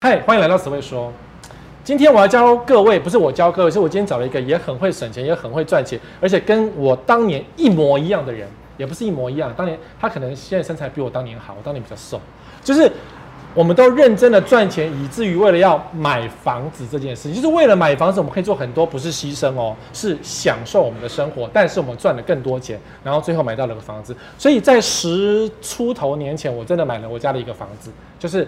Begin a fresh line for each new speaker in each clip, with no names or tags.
嗨，欢迎来到词汇说。今天我要教各位，不是我教各位，是我今天找了一个也很会省钱，也很会赚钱，而且跟我当年一模一样的人，也不是一模一样。当年他可能现在身材比我当年好，我当年比较瘦，就是我们都认真的赚钱，以至于为了要买房子这件事情，就是为了买房子，我们可以做很多，不是牺牲哦，是享受我们的生活，但是我们赚了更多钱，然后最后买到了个房子。所以在十出头年前，我真的买了我家的一个房子，就是。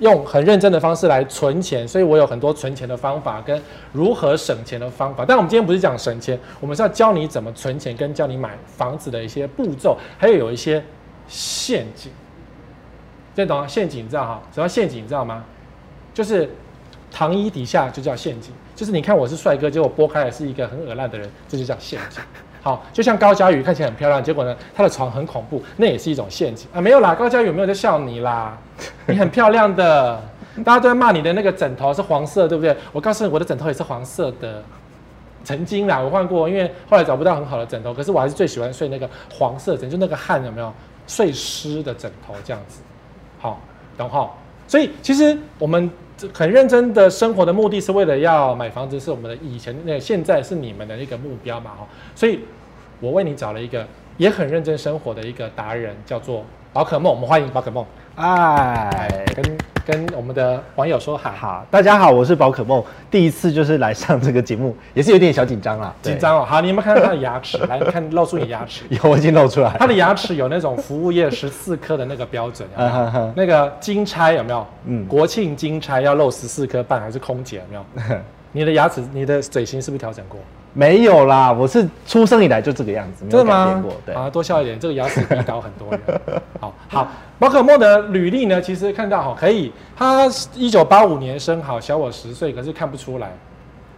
用很认真的方式来存钱，所以我有很多存钱的方法跟如何省钱的方法。但我们今天不是讲省钱，我们是要教你怎么存钱，跟教你买房子的一些步骤，还有有一些陷阱。这懂吗？陷阱你知道哈？什么陷阱你知道吗？就是糖衣底下就叫陷阱，就是你看我是帅哥，结果剥开来是一个很恶烂的人，这就叫陷阱。好，就像高佳宇看起来很漂亮，结果呢，她的床很恐怖，那也是一种陷阱啊。没有啦，高佳宇没有在笑你啦，你很漂亮的，大家都在骂你的那个枕头是黄色，对不对？我告诉你，我的枕头也是黄色的。曾经啦，我换过，因为后来找不到很好的枕头，可是我还是最喜欢睡那个黄色枕，就那个汗有没有睡湿的枕头这样子。好，懂哈？所以其实我们这很认真的生活的目的是为了要买房子，是我们的以前那个呃现在是你们的一个目标嘛哈。所以我为你找了一个也很认真生活的一个达人，叫做宝可梦。我们欢迎宝可梦，
哎，
跟跟我们的网友说嗨。
好，大家好，我是宝可梦，第一次就是来上这个节目，也是有点小紧张啦，对
紧。张哦，好，你有没有看到他的牙齿？来你看，露出你牙齿。
有，我已经露 出来
他
了。
的牙齿有那种服务业十四颗的那个标准，有没有
啊哈哈
那个金钗有没有？嗯，
嗯
国庆金钗要露十四颗半，还是空姐有没 有？你的牙齿、你的嘴型是不是调整过？
没有啦，我是出生以来就这个样子，没有改变过。对，
啊，多笑一点，这个牙齿比高很多 人。好好，宝可梦的履历呢，其实看到哈，可以，他一九八五年生，好小我十岁，可是看不出来。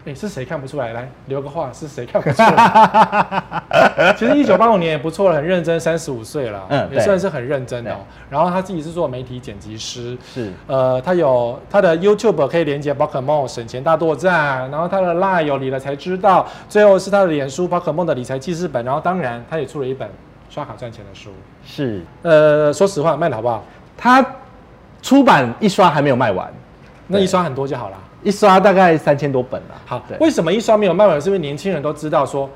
哎、是谁看不出来？来留个话，是谁看不出来？ 其实一九八五年也不错了，很认真，三十五岁了，
嗯
也
对
算是很认真的、哦
对。
然后他自己是做媒体剪辑师，
是
呃，他有他的 YouTube 可以连接宝可梦省钱大作战，然后他的 Line 有理了才知道，最后是他的脸书宝可梦的理财记事本，然后当然他也出了一本刷卡赚钱的书。
是，
呃，说实话，卖的好不好？
他出版一刷还没有卖完，
那
对
一刷很多就好啦。
一刷大概三千多本啦。
好，
对，
为什么一刷没有卖完？是因为年轻人都知道说，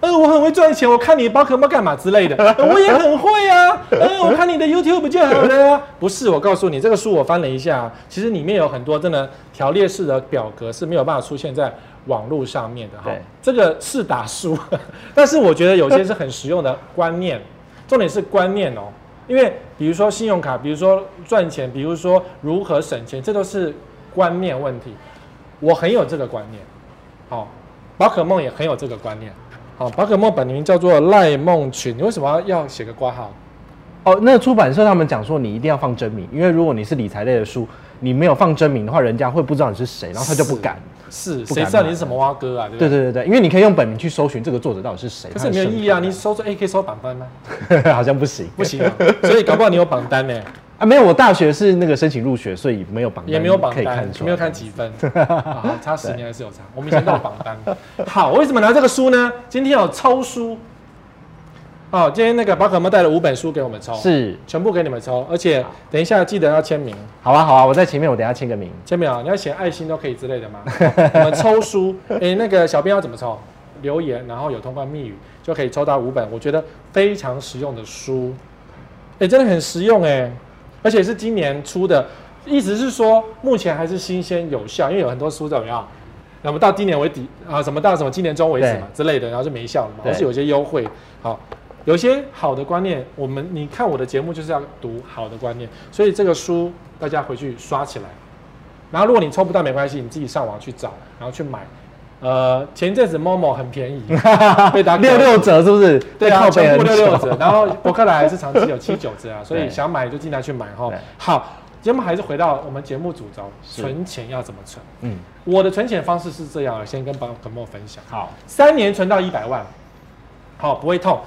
呃，我很会赚钱，我看你宝可梦干嘛之 类的，呃我也很会啊，呃，我看你的 YouTube 就好了、啊。不是，我告诉你，这个书我翻了一下，啊其实里面有很多真的条列式的表格是没有办法出现在网络上面的哈
对。
这个是打书， 但是我觉得有些是很实用的观念，重点是观念哦。因为比如说信用卡，比如说赚钱，比如说如何省钱，这都是观念问题。我很有这个观念，好、宝可梦也很有这个观念。好、宝可梦本名叫做赖梦群，你为什么要要写个挂号？
哦，那出版社他们讲说你一定要放真名，因为如果你是理财类的书，你没有放真名的话，人家会不知道你是谁，然后他就不敢。
是，
不
谁
敢
知道你
买
是什么蛙哥啊？对不
对
对？
对对对，因为你可以用本名去搜寻这个作者到底是谁，
可是没有意义啊！你搜出 A 可以搜榜单 吗？
你好像不行。
不行啊，所以搞不好你有榜单呢、
啊，没有，我大学是那个申请入学，所以没有榜单，
也没有榜
可以
单
看，出来
没有看几分， 啊，差十年还是有差。我们以前都有榜单。好，为什么拿这个书呢？今天有抽书，哦，今天那个宝可梦带了五本书给我们抽，
是，
全部给你们抽，而且等一下记得要签名，
好啊好啊，我在前面，我等一下签 个名。
签名啊，你要写爱心都可以之类的嘛。 我们抽书，诶，那个小编要怎么抽？留言，然后有通关密语就可以抽到五本，我觉得非常实用的书，诶，真的很实用诶，而且是今年出的，意思是说目前还是新鲜有效，因为有很多书怎么样？那么到今年为底啊，什么到什么今年中为止嘛之类的，然后就没效了嘛，
对
或是有些优惠，好，有些好的观念，我们你看我的节目就是要读好的观念，所以这个书大家回去刷起来，然后如果你抽不到没关系，你自己上网去找，然后去买。呃，前一阵子 Momo 很便宜， 被打
六六折是不是？
对啊，
靠北
全部
很
六六折
久。，
然后博客来还是长期 有七九折啊，所以
对
想买就尽量去买哈
对。
好，节目还是回到我们节目主轴，
是
存钱要怎么存？
嗯，
我的存钱方式是这样，啊先跟宝可梦分享，
好，
三年存到一百万，好、不会痛。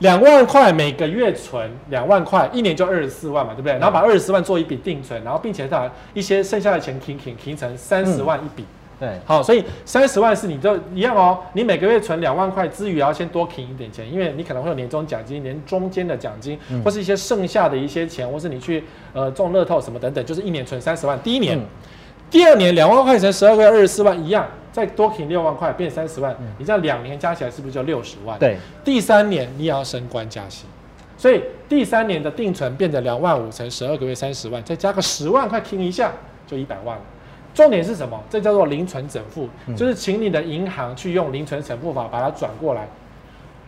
两万块每个月存两万块，一年就二十四万嘛，对不对？然后把二十四万做一笔定存，然后并且把一些剩下的钱停停停成三十万一笔，
对，
好，所以三十万是你都一样哦，你每个月存两万块之余，也要先多停一点钱，因为你可能会有年终奖金、年中间的奖金，或是一些剩下的一些钱，或是你去呃中乐透什么等等，就是一年存三十万，第一年。
嗯
第二年两万块乘十二个月二十四万一样，再多停六万块变三十万，你这样两年加起来是不是就六十万？
嗯对，
第三年你也要升官加薪，所以第三年的定存变成两万五乘十二个月三十万，再加个十万块听一下就一百万了。重点是什么？这叫做零存整付，
嗯
就是请你的银行去用零存整付法把它转过来，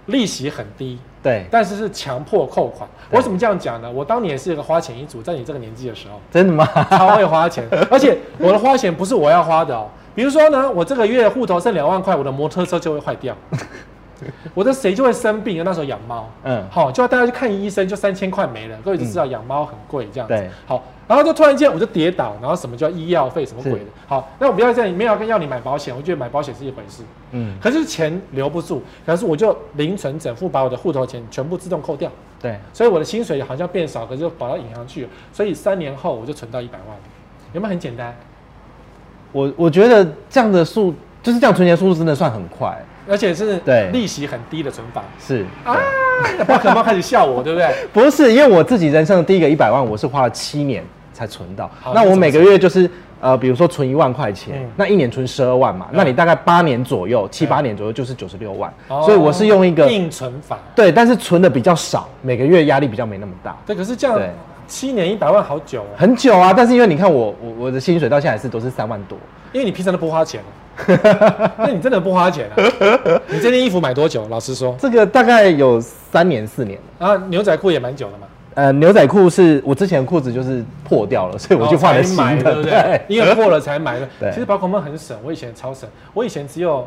利息很低，
对，
但是是强迫扣款。
对
我怎么这样讲呢？我当年也是一个花钱一族，在你这个年纪的时候，
真的吗？
超会花钱，而且我的花钱不是我要花的哦。比如说呢，我这个月户头剩两万块，我的摩托车就会坏 掉，我的谁就会生病，那时候养猫，
嗯，
好就要带它去看医生，就三千块没了。各位就知道养猫很贵这样子。
嗯对
好，然后就突然间我就跌倒，然后什么叫医药费什么鬼的
是。
好，那我不要这样，没有要要你买保险，我觉得买保险是一回事，
嗯，
可是钱留不住，可是我就零存整付，把我的户头钱全部自动扣掉，
对，
所以我的薪水好像变少，可是就跑到银行去了，所以三年后我就存到一百万了，有没有很简单？
我我觉得这样的速就是这样存钱速度真的算很快，
而且是
对
利息很低的存法
是。
啊！宝可梦开始笑我，对不对？
不是，因为我自己人生的第一个一百万，我是花了七年才存到
好。那
那我
怎么
每个月就是呃，比如说存一万块钱，
嗯
那一年存十二万嘛，
嗯
那你大概八年左右，七
对
八年左右就是九十六万。 所以我是用一
哦
个
硬存法，
对，但是存的比较少，每个月压力比较没那么大。
对，可是这样
对
七年一百万好久哦，
很久啊，但是因为你看我我我的薪水到现在还是都是三万多，
因为你平常都不花 钱啊，那你真的不花钱啊？你这件衣服买多久？老实说
这个大概有三年四年了。
啊，牛仔裤也蛮久了嘛，
呃，牛仔裤是我之前的裤子就是破掉了， 所以我就换了
然后
新
哦才买，
的。
对不对？因为破了才买的。
对
其实宝可梦很省，我以前超省，我以前只有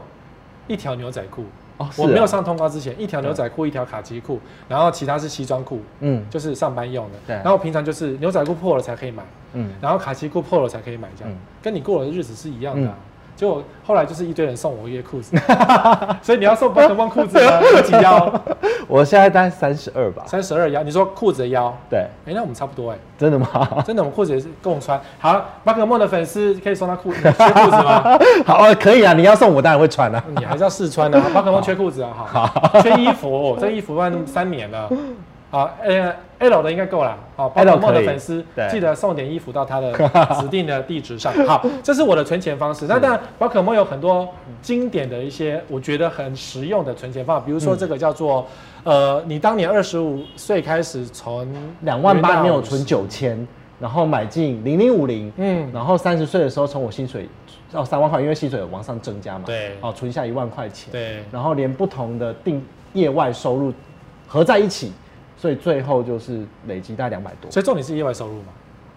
一条牛仔裤。
哦是
我没
啊
有上通告之前，一条牛仔裤，一条卡其裤，然后其他是西装裤，
嗯
就是上班用的。
对
然后平常就是牛仔裤破了才可以买，
嗯，
然后卡其裤破了才可以买，这样、
嗯
跟你过的日子是一样的、啊
嗯。
结果后来就是一堆人送我一些裤 子，所以你要送宝可梦裤子吗？有几腰？
我现在大概三十二吧。
三十二腰？你说裤子的腰？
对，
哎、那我们差不多哎、
真的吗？
真的，我们裤子也是共穿。好，宝可梦的粉丝可以送他裤，你缺裤子 吗？嗯
好啊，可以啊，你要送我当然会穿啊。
你还是要试穿的、啊。宝可梦缺裤子啊，哈，缺衣服，哦这衣服卖那么三年了。好，呃，L 的应该够了。好，宝
L
可梦的
可以
粉丝
对
记得送点衣服到他 的指定的地址上。好，这是我的存钱方式。那
是
当然，宝可梦有很多经典的一些我觉得很实用的存钱方法，比如
嗯
说这个叫做，呃，你当年二十五岁开始存
两万八
元
没
到
有存
50，
九千，然后买进零零五零，
嗯，
然后三十岁的时候从我薪水到三万块，因为薪水有往上增加嘛，
对
哦，存下一万块钱，，
对。
然后连不同的定业外收入合在一起，所以最后就是累积大概两百多
所以重点是业外收入嘛？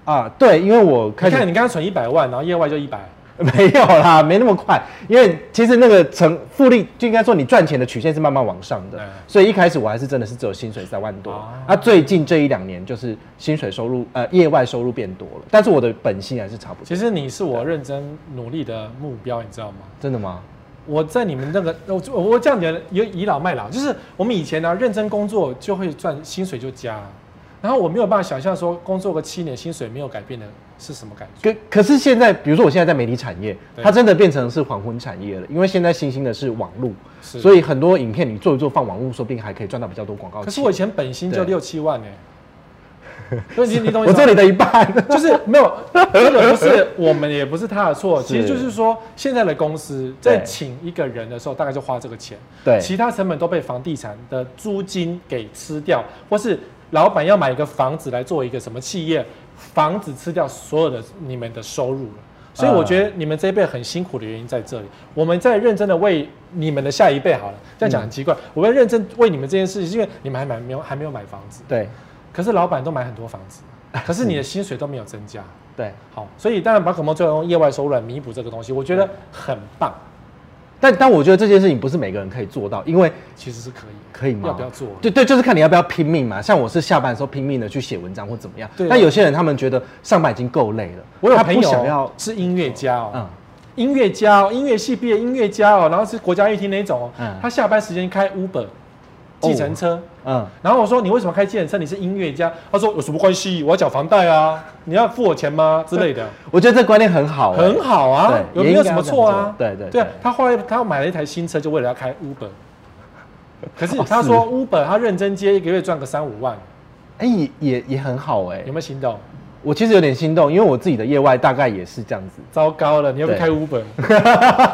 啊，对，因为我开
你
始
看你刚刚存一百万，然后业外就一百，
没有啦，没那么快，因为其实那个成复利就应该说你赚钱的曲线是慢慢往上的，
嗯
所以一开始我还是真的是只有薪水三万多，
哦
啊，最近这一两年就是薪水收入呃业外收入变多了，但是我的本薪还是差不多。
其实你是我认真努力的目标，你知道吗？
真的吗？
我在你们那个，我我我这样讲，有倚老卖老，就是我们以前呢、认真工作就会赚，薪水就加，然后我没有办法想象说工作个七年薪水没有改变的是什么感觉。
可可是现在，比如说我现在在媒体产业，
对
它真的变成是黄昏产业了，因为现在新兴的是网络，
是
所以很多影片你做一做放网络，说不定还可以赚到比较多广告钱。
可是我以前本薪就
对
六七万 呢、所以你你懂
我
意思
做
吗
你的一半，
就是没有，这个不是我们，也不是他的错，
是
其实就是说，现在的公司在
对
请一个人的时候，大概就花这个钱，
对
其他成本都被房地产的租金给吃掉，或是老板要买一个房子来做一个什么企业，房子吃掉所有的你们的收入了。
啊
所以我觉得你们这一辈很辛苦的原因在这里，我们在认真的为你们的下一辈好了，这样讲很奇
嗯
怪，我们认真为你们这件事情，是因为你们还买没有还没有买房子，
对
可是老板都买很多房 子，可是你的薪水都没有增加。
对，
好，所以当然宝可梦就用业外收入来弥补这个东西，我
嗯
觉得很棒，
但但我觉得这件事情不是每个人可以做到，因为
其实是可以。
可以吗？
要不要做
对对，就是看你要不要拼命嘛。像我是下班的时候拼命的去写文章或怎么样。
对啊
但有些人他们觉得上班已经够累了，
我有
他
朋
不想
友
要，
是音乐家哦，
嗯，
音乐家哦，音乐系毕业音乐家哦，然后是国家乐厅那一种哦，
嗯
他下班时间开 Uber，计程车。
嗯，
然后我说你为什么开计程车？你是音乐家？他说有什么关系？我要缴房贷啊，你要付我钱吗？之类的，
我觉得这观念很好、欸，
很好啊，有
对
没
也
有
应该
什么
要这样
错啊？
做对对
对啊
对，
他后来他买了一台新车，就为了要开 Uber。可
哦
是他说 Uber 他认真接一个月赚个三五万，
哎、也也也很好哎、
有没有心动？
我其实有点心动，因为我自己的业外大概也是这样子。
糟糕了，你要不
对
开 Uber？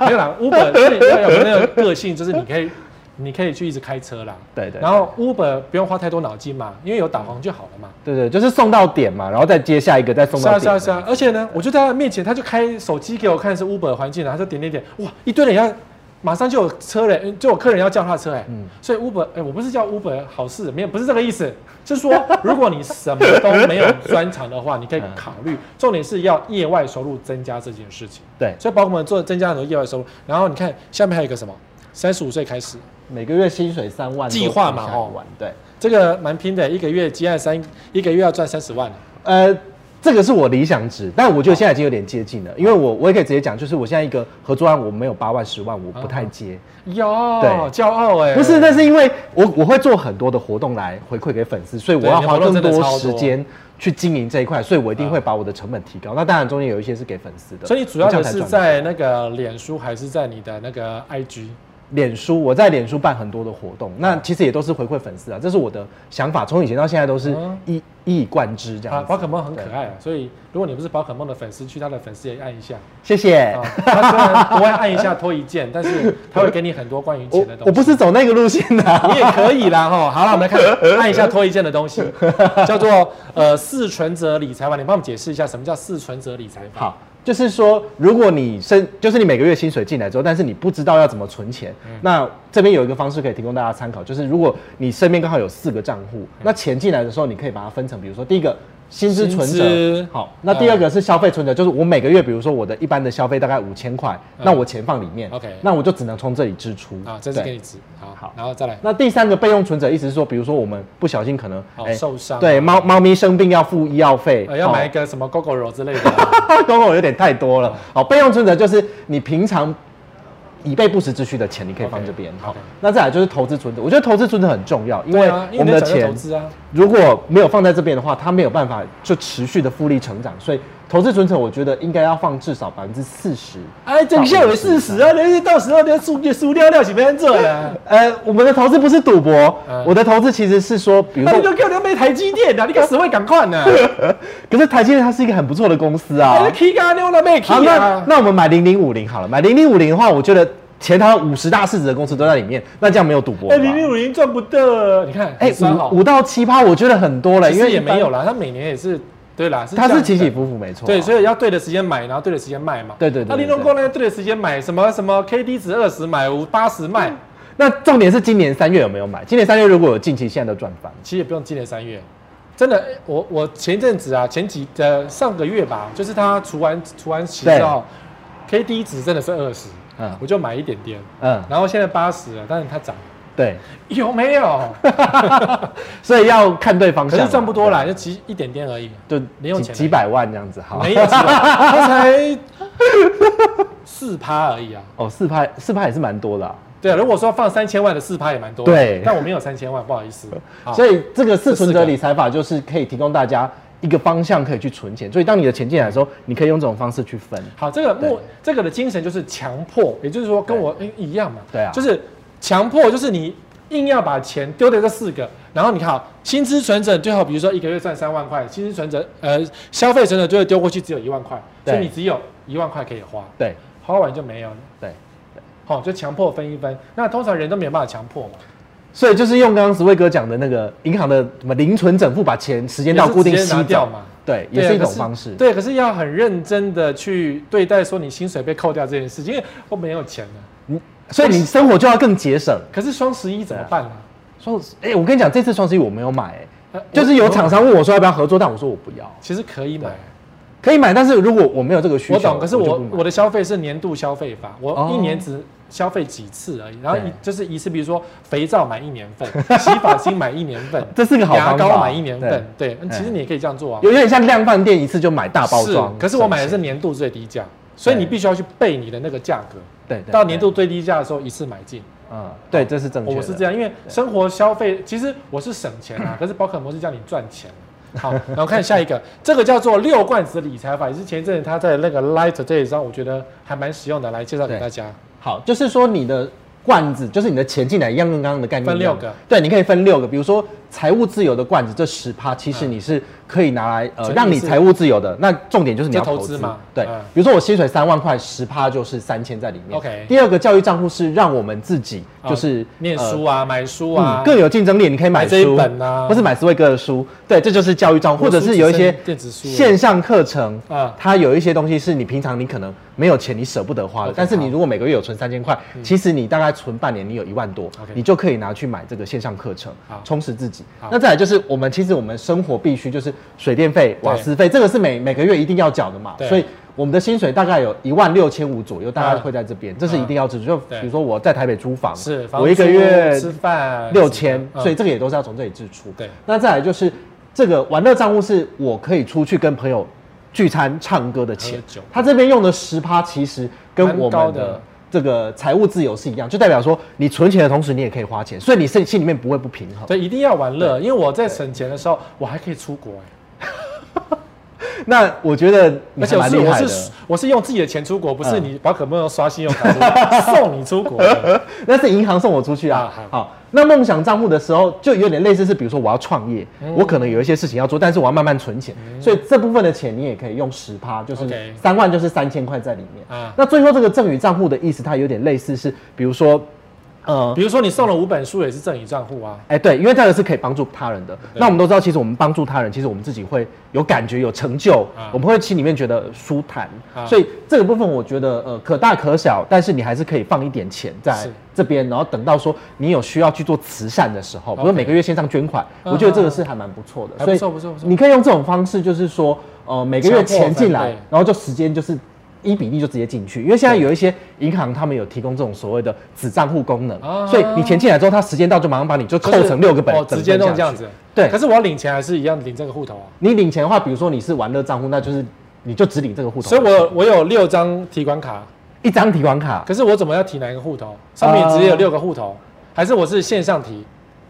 没有啦，Uber 是你要有那个个性，就是你可 以，你可以去一直开车啦。
对对对
然后 Uber 不用花太多脑筋嘛，因为有导航就好了嘛。
对对，就是送到点嘛，然后再接下一个，再送
是
到
啊
点。
是啊是啊，而且呢，我就在他面前，他就开手机给我看是 Uber 环境，然后他就点点点，哇，一堆人要，马上就有车人，嗯就有客人要叫他的车哎、
嗯
所以 Uber 哎、我不是叫 Uber 好事，没有不是这个意思，就是说如果你什么都没有专长的话，你可以考虑，重点是要业外收入增加这件事情，
对，
所以包括我们做增加很多业外收入，然后你看下面还有一个什么，三十五岁开始，
每个月薪水三万，
计划嘛
吼
吼，
对，
这个蛮拼的，一个月接案三，一个月要赚三十万，
呃，这个是我理想值，但我觉得现在已经有点接近了，因为我我也可以直接讲，就是我现在一个合作案，我没有八万、十万，我不
嗯
太接。
哟，
对
骄傲哎、
不是，那是因为我我会做很多的活动来回馈给粉丝，所以我
对
要
你的
花
活动
更
真的
多
超多
时间去经营这一块，所以我一定会把我的成本提高。那当然中间有一些是给粉丝的，
所以你主要
这
的
样才
是
赚
在那个脸书，还是在你的那个 IG？
脸书，我在脸书办很多的活动，
哦
那其实也都是回馈粉丝啊，这是我的想法，从以前到现在都是
嗯
一、一以贯之这
啊，
样子。
宝可梦很可爱啊，所以如果你不是宝可梦的粉丝，去他的粉丝也按一下。
谢谢。
啊，他虽然不会按一下拖一件，但是他会给你很多关于
我
钱的东西。
我不是走那个路线的 啊、
你也可以啦哈。吼好了，我们来看按一下拖一件的东 西，叫做呃四存折理财法。你帮我们解释一下什么叫四存折理财法？
好，就是说，如果你生，就是你每个月薪水进来之后，但是你不知道要怎么存钱，
嗯
那这边有一个方式可以提供大家参考，就是如果你身边刚好有四个账户，
嗯
那钱进来的时候，你可以把它分成，比如说第一个。薪资存
薪资嗯
折，好，那第二个是消费存折，就是我每个月，比如说我的一般的消费大概五千块，
嗯
那我钱放里面
OK
那我就只能从这里支出
啊，这是
对
给你指好，
好
然后再来
那第三个备用存折，意思是说，比如说我们不小心可能
好
哎
受伤啊
对猫猫咪生病要付医药费
呃，要
哦
买一个什么 GoGo 肉之类的。
公共有点太多了。好，备用存折就是你平常以备不时之需的钱，你可以放这边。
OK，
好
OK，
那再来就是投资存折，我觉得投资存折很重要，因
对
为
啊，因
我
为
们
你
的
想要
钱
投资啊，
如果没有放在这边的话，它没有办法就持续的复利成长，所以投资存折我觉得应该要放至少百分之四十。
哎，这个下有事实啊，人家到时候你要输输掉掉是啊没人做 的。
呃，我们的投资不是赌博，
嗯
我的投资其实是说，比如
那你
说，
就给我买台积电啊，你个死会赶快 呢？
可是台积电它是一个很不错的公司
哎
啊
你。起咖溜了没起
好，那
啊？
那我们买零零五零好了，买零零五零的话，我觉得前台五十大市值的公司都在里面，那这样没有赌博吧。
哎，零零五零赚不到，你看，
哎、
很酸哦
五五到七趴，我觉得很多了，
其
因
实
为
也
一般
没有，啦，它每年也是，对啦，是
它
这
是
样
起
的
起。伏伏，没错啊。
对，所以要对的时间买，然后对的时间卖嘛。
对对对
那
对
零零过呢？对的时间买什么什么 K D 值二十买五八十
嗯
卖，
那重点是今年三月有没有买？今年三月如果有近期，现在都赚翻。
其实也不用今年三月。真的，哎我我前阵子啊，前几呃上个月吧，就是它除完除完息之后，K D 值真的是二十，
嗯
我就买一点点，
嗯，
然后现在八十了，但是它涨，
对，
有没 有？
所以要看对方
可
向。
是赚不多啦，，就几一点点而已，
就
零用
几
钱
几百万这样子，好。
没有几百，它才四趴而已啊。
哦，四趴四趴也是蛮多的、啊，
对啊，如果说放三千万的四趴也蛮多的，
对
但我没有三千万，不好 意思。好
所以这个四存
这四个
折理财法就是可以提供大家一个方向可以去存钱，所以当你的钱进来的时候，你可以用这种方式去分。
好，这个目这个的精神就是强迫，也就是说跟我诶一样嘛，
对啊
就是强迫，就是你硬要把钱丢掉这四个，然后你看好薪资存折最后，比如说一个月赚三万块，薪资存折呃消费存折最后丢过去只有一万块，所以
对
你只有一万块可以花，
对
花完就没有了，
对。
好、就强迫分一分。那通常人都没有办法强迫嘛，
所以就是用刚刚石卫哥讲的那个银行的什么零存整付，把钱时间到
也是
固定
直接拿
吸
掉
掉
嘛，
对，
对啊
也是一种
可
方式。
对，可是要很认真的去对待说你薪水被扣掉这件事情，因为我没有钱了。
所以你生活就要更节省。
可是双十一怎么办呢、
双十，哎、我跟你讲，这次双十一我没有买、哎
呃
就是有厂，商问我说要不要合作，但我说我不要，
我其实可以买，
可以买，但是如果我没有这个需求，
我懂。可是
就
我
不买
我的消费是年度消费法，我
哦
一年只消费几次而已，然后一
对
就是一次，比如说肥皂买一年 份，洗发精买一年份，
这是个好
牙
方法哎
膏买一年份，对，嗯其实你也可以这样做啊。
有点像量贩店一次就买大包
是
装，
可是我买的是
省钱
年度最低价，所以你必须要去背你的那个价格，
对对
到年度最低价的时候一次买进。
嗯，对，这是正确的。
我是这样，因为生活消费其实我是省钱 啊，可是宝可梦是叫你赚钱。好，然后看下一个， 这个叫做六罐子理财法，也是前一阵子他在那个 Light Today 上，我觉得还蛮实用的，来介绍给大家。
好，就是说你的罐子，就是你的钱进来一样，跟刚刚的概念
分
一样
六个，
对，你可以分六个，比如说财务自由的罐子，这十趴其实
嗯
你是可以拿来呃
存
让
意
你
识
财务自由的，那重点就是你
就
要
投
投
资
资
嘛
对，
嗯
比如说我薪水三万块，十趴就是三千在里面。
OK
第二个教育账户是让我们自己就是
啊念
呃
书啊，买书啊
嗯，，更有竞争力，你可以买
买这一
书
本啊
或是买斯威格的书，对，这就是教育账户，
我
或者
书
是
只
有一
剩
些
电子书了
线上课程
啊
啊，它有一些东西是你平常你可能没有钱，你舍不得花的
OK，嗯
但是你如果每个月有存三千块，其实你大概存半年，你有一万多
OK
你就可以拿去买这个线上课程
好，
充实自己
好。
那再来就是我们其实我们生活必须就是水电费、
对
瓦斯费，这个是每每个月一定要缴的嘛
对，
所以。我们的薪水大概有一万六千五左右，大概
嗯
会在这边，这是一定要支出。就
对
比如说我在台北租房，
是房
我一个
租
月
吃饭
六千，
嗯
所以这个也都是要从这里支出。
对
那再来就是这个玩乐账户是我可以出去跟朋友聚餐、唱歌的
喝
钱
酒，
他这边用的十趴其实跟我
蛮高
们
的
的。这个财务自由是一样，就代表说你存钱的同时，你也可以花钱，所以你心心里面不会不平衡。
对，一定要玩乐，因为我在省钱的时候，我还可以出国、哎，
那我觉得你
而
还
且我
蛮
是
厉
我
害的。
是我是用自己的钱出国，不是
嗯
你宝可梦刷信用卡 出国送你出国的。
那是银行送我出去啊
啊。
好，那梦想账户的时候，就有点类似是，比如说我要创业，我可能有一些事情要做，但是我要慢慢存钱，所以这部分的钱你也可以用十趴，就是
OK
三万就是三千块在里面
啊
那最后这个赠与账户的意思，它有点类似是，比如说，呃。
比如说你送了五本书，也是赠与账户啊。
哎、对，因为这个是可以帮助他人的。那我们都知道，其实我们帮助他人，其实我们自己会有感觉、有成就，
啊
我们会心里面觉得舒坦。
啊
所以这个部分，我觉得呃可大可小，但是你还是可以放一点钱在
是
这边，然后等到说你有需要去做慈善的时候，比如
OK
每个月线上捐款，
嗯
我觉得这个是还蛮不错
还
的。
不错
所以
不错不错
你可以用这种方式，就是说呃每个月
强迫
钱进
分
来
配，
然后就时间就是。一比一就直接进去，因为现在有一些银行他们有提供这种所谓的子账户功能，
啊
所以你钱进来之后，他时间到就马上把你就
就是
扣成六个本，
哦，
整
直接
份
弄
下
这样
去
子。
对
可是我要领钱还是一样领这个户头啊。
你领钱的话，比如说你是玩乐账户，那就是你就只领这个户头，
所以我我有六张提款卡，
一张提款卡，
可是我怎么要提哪一个户头？上面直接有六个户头，
啊
还是我是线上提？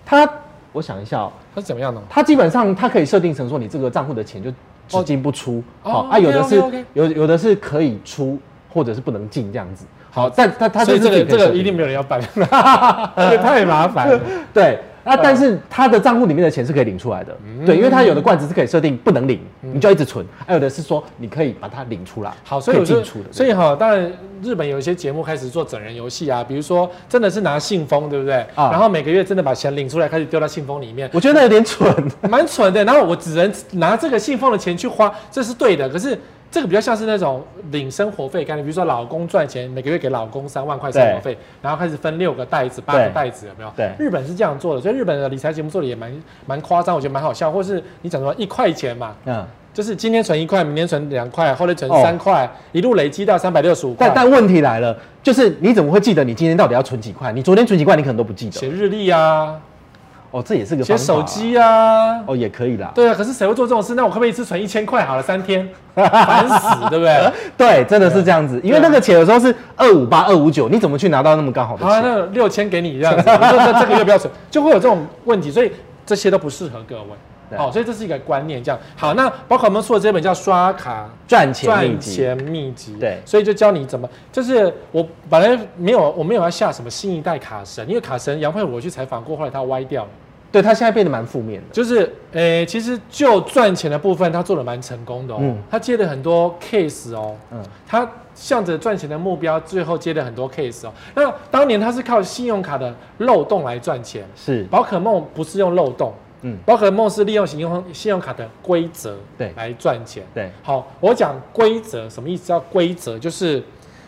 它我想一下、哦，
它是怎么样呢？
它基本上它可以设定成说你这个账户的钱就只进不出，
哦
好、
哦
啊，有的是
OK，OK，OK
有有的是可以出，或者是不能进这样子。好，但它它
所以这个这个 一定
没
没有人要办，这个太麻烦了。
对。那、但是它的账户里面的钱是可以领出来的，
嗯
对，因为它有的罐子是可以设定不能领，你就要一直存；，还、有的是说你可以把它领出来，
好，所以
可
我
以
就
进出的。
所以哈，当然日本有一些节目开始做整人游戏啊，比如说真的是拿信封，对不对？
啊
然后每个月真的把钱领出来，开始丢到信封里面，
我觉得有点蠢，
蛮蠢的。然后我只能拿这个信封的钱去花，这是对的。可是这个比较像是那种领生活费概念，比如说老公赚钱，每个月给老公三万块生活费，然后开始分六个袋子、八个
对
袋子，有没有？
对
日本是这样做的，所以日本的理财节目做的也蛮蛮夸张，我觉得蛮好笑。或是你讲什么一块钱嘛，
嗯，
就是今天存一块，明天存两块，后天存
哦
三块，一路累积到三百六十五块。
但但问题来了，就是你怎么会记得你今天到底要存几块？你昨天存几块，你可能都不记
写
得。
日历啊，
哦，这也是个
写
方法啊
手机啊。
哦，也可以啦。
对啊，可是谁会做这种事？那我可不可以一次存一千块好了，三天，烦死，对不对？
对，真的是这样
啊
子，因为那个钱有时候是二五八、二五九，你怎么去拿到那么刚好的
好、啊，
钱？
那六千给你这样 子，我说这这个月不要存，就会有这种问题，所以这些都不适合各位。
对
好、所以这是一个观念，这样好。那宝可梦出的这本叫《刷卡
赚钱秘
赚
籍，
钱秘籍》，
对
所以就教你怎么，就是我本来没有，我没有要下什么新一代卡神，因为卡神杨慧我去采访过，后来他歪掉了。
对他现在变得蛮负面的。
就是，诶、其实就赚钱的部分，他做的蛮成功的哦。
嗯
他接了很多 case 哦，
嗯，
他向着赚钱的目标，最后接了很多 case 哦。那当年他是靠信用卡的漏洞来赚钱，
是，
宝可梦不是用漏洞，
嗯，
宝可梦是利用信用信用卡的规则
对
来赚钱。
对，
好，我讲规则什么意思？叫规则就是，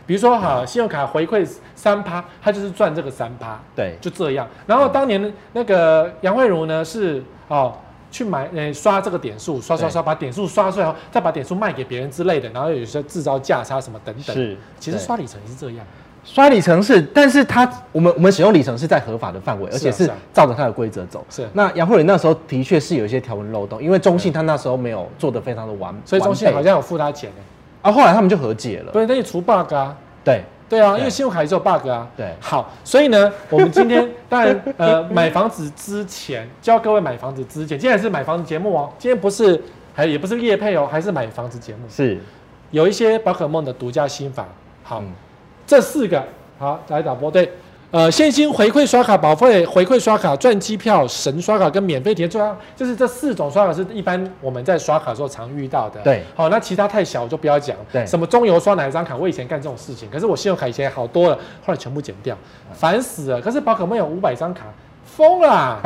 比如说
嗯
哈，信用卡回馈三趴，他就是赚这个三趴。
对，
就这样。然后当年那个杨慧茹呢是哦去买呃刷这个点数，刷刷
对
刷把点数刷出来，再把点数卖给别人之类的，然后有些制造价差什么等等。
是
其实
对
刷里程也是这样。
刷里程是，但是它我们我们使用里程是在合法的范围，
是啊
而且
是
是
啊
照着它的规则走。
是嗯
那杨慧玲那时候的确是有一些条文漏洞，因为中信他那时候没有做得非常的完，
所以中信
完备
好像有付他钱呢、
啊，后来他们就和解了
不。是，那就除 bug 啊。
对，
对啊，
对
因为信用卡也是有 bug 啊。
对
好，所以呢，我们今天 当然呃，买房子之前教各位买房子之前，今天还是买房子节目哦，今天不是还也不是业配哦，还是买房子节目，
是，
有一些宝可梦的独家心法。好，
嗯
这四个好来打波对。呃，现金回馈刷卡、保费回馈刷卡、赚机票、神刷卡跟免费体验刷卡，就是这四种刷卡是一般我们在刷卡的时候常遇到的。
对
好，那其他太小我就不要讲。
对
什么中油刷哪一张卡，我以前干这种事情，可是我信用卡以前好多了，后来全部剪掉，
嗯
烦死了。可是宝可梦有五百张卡，疯 啦！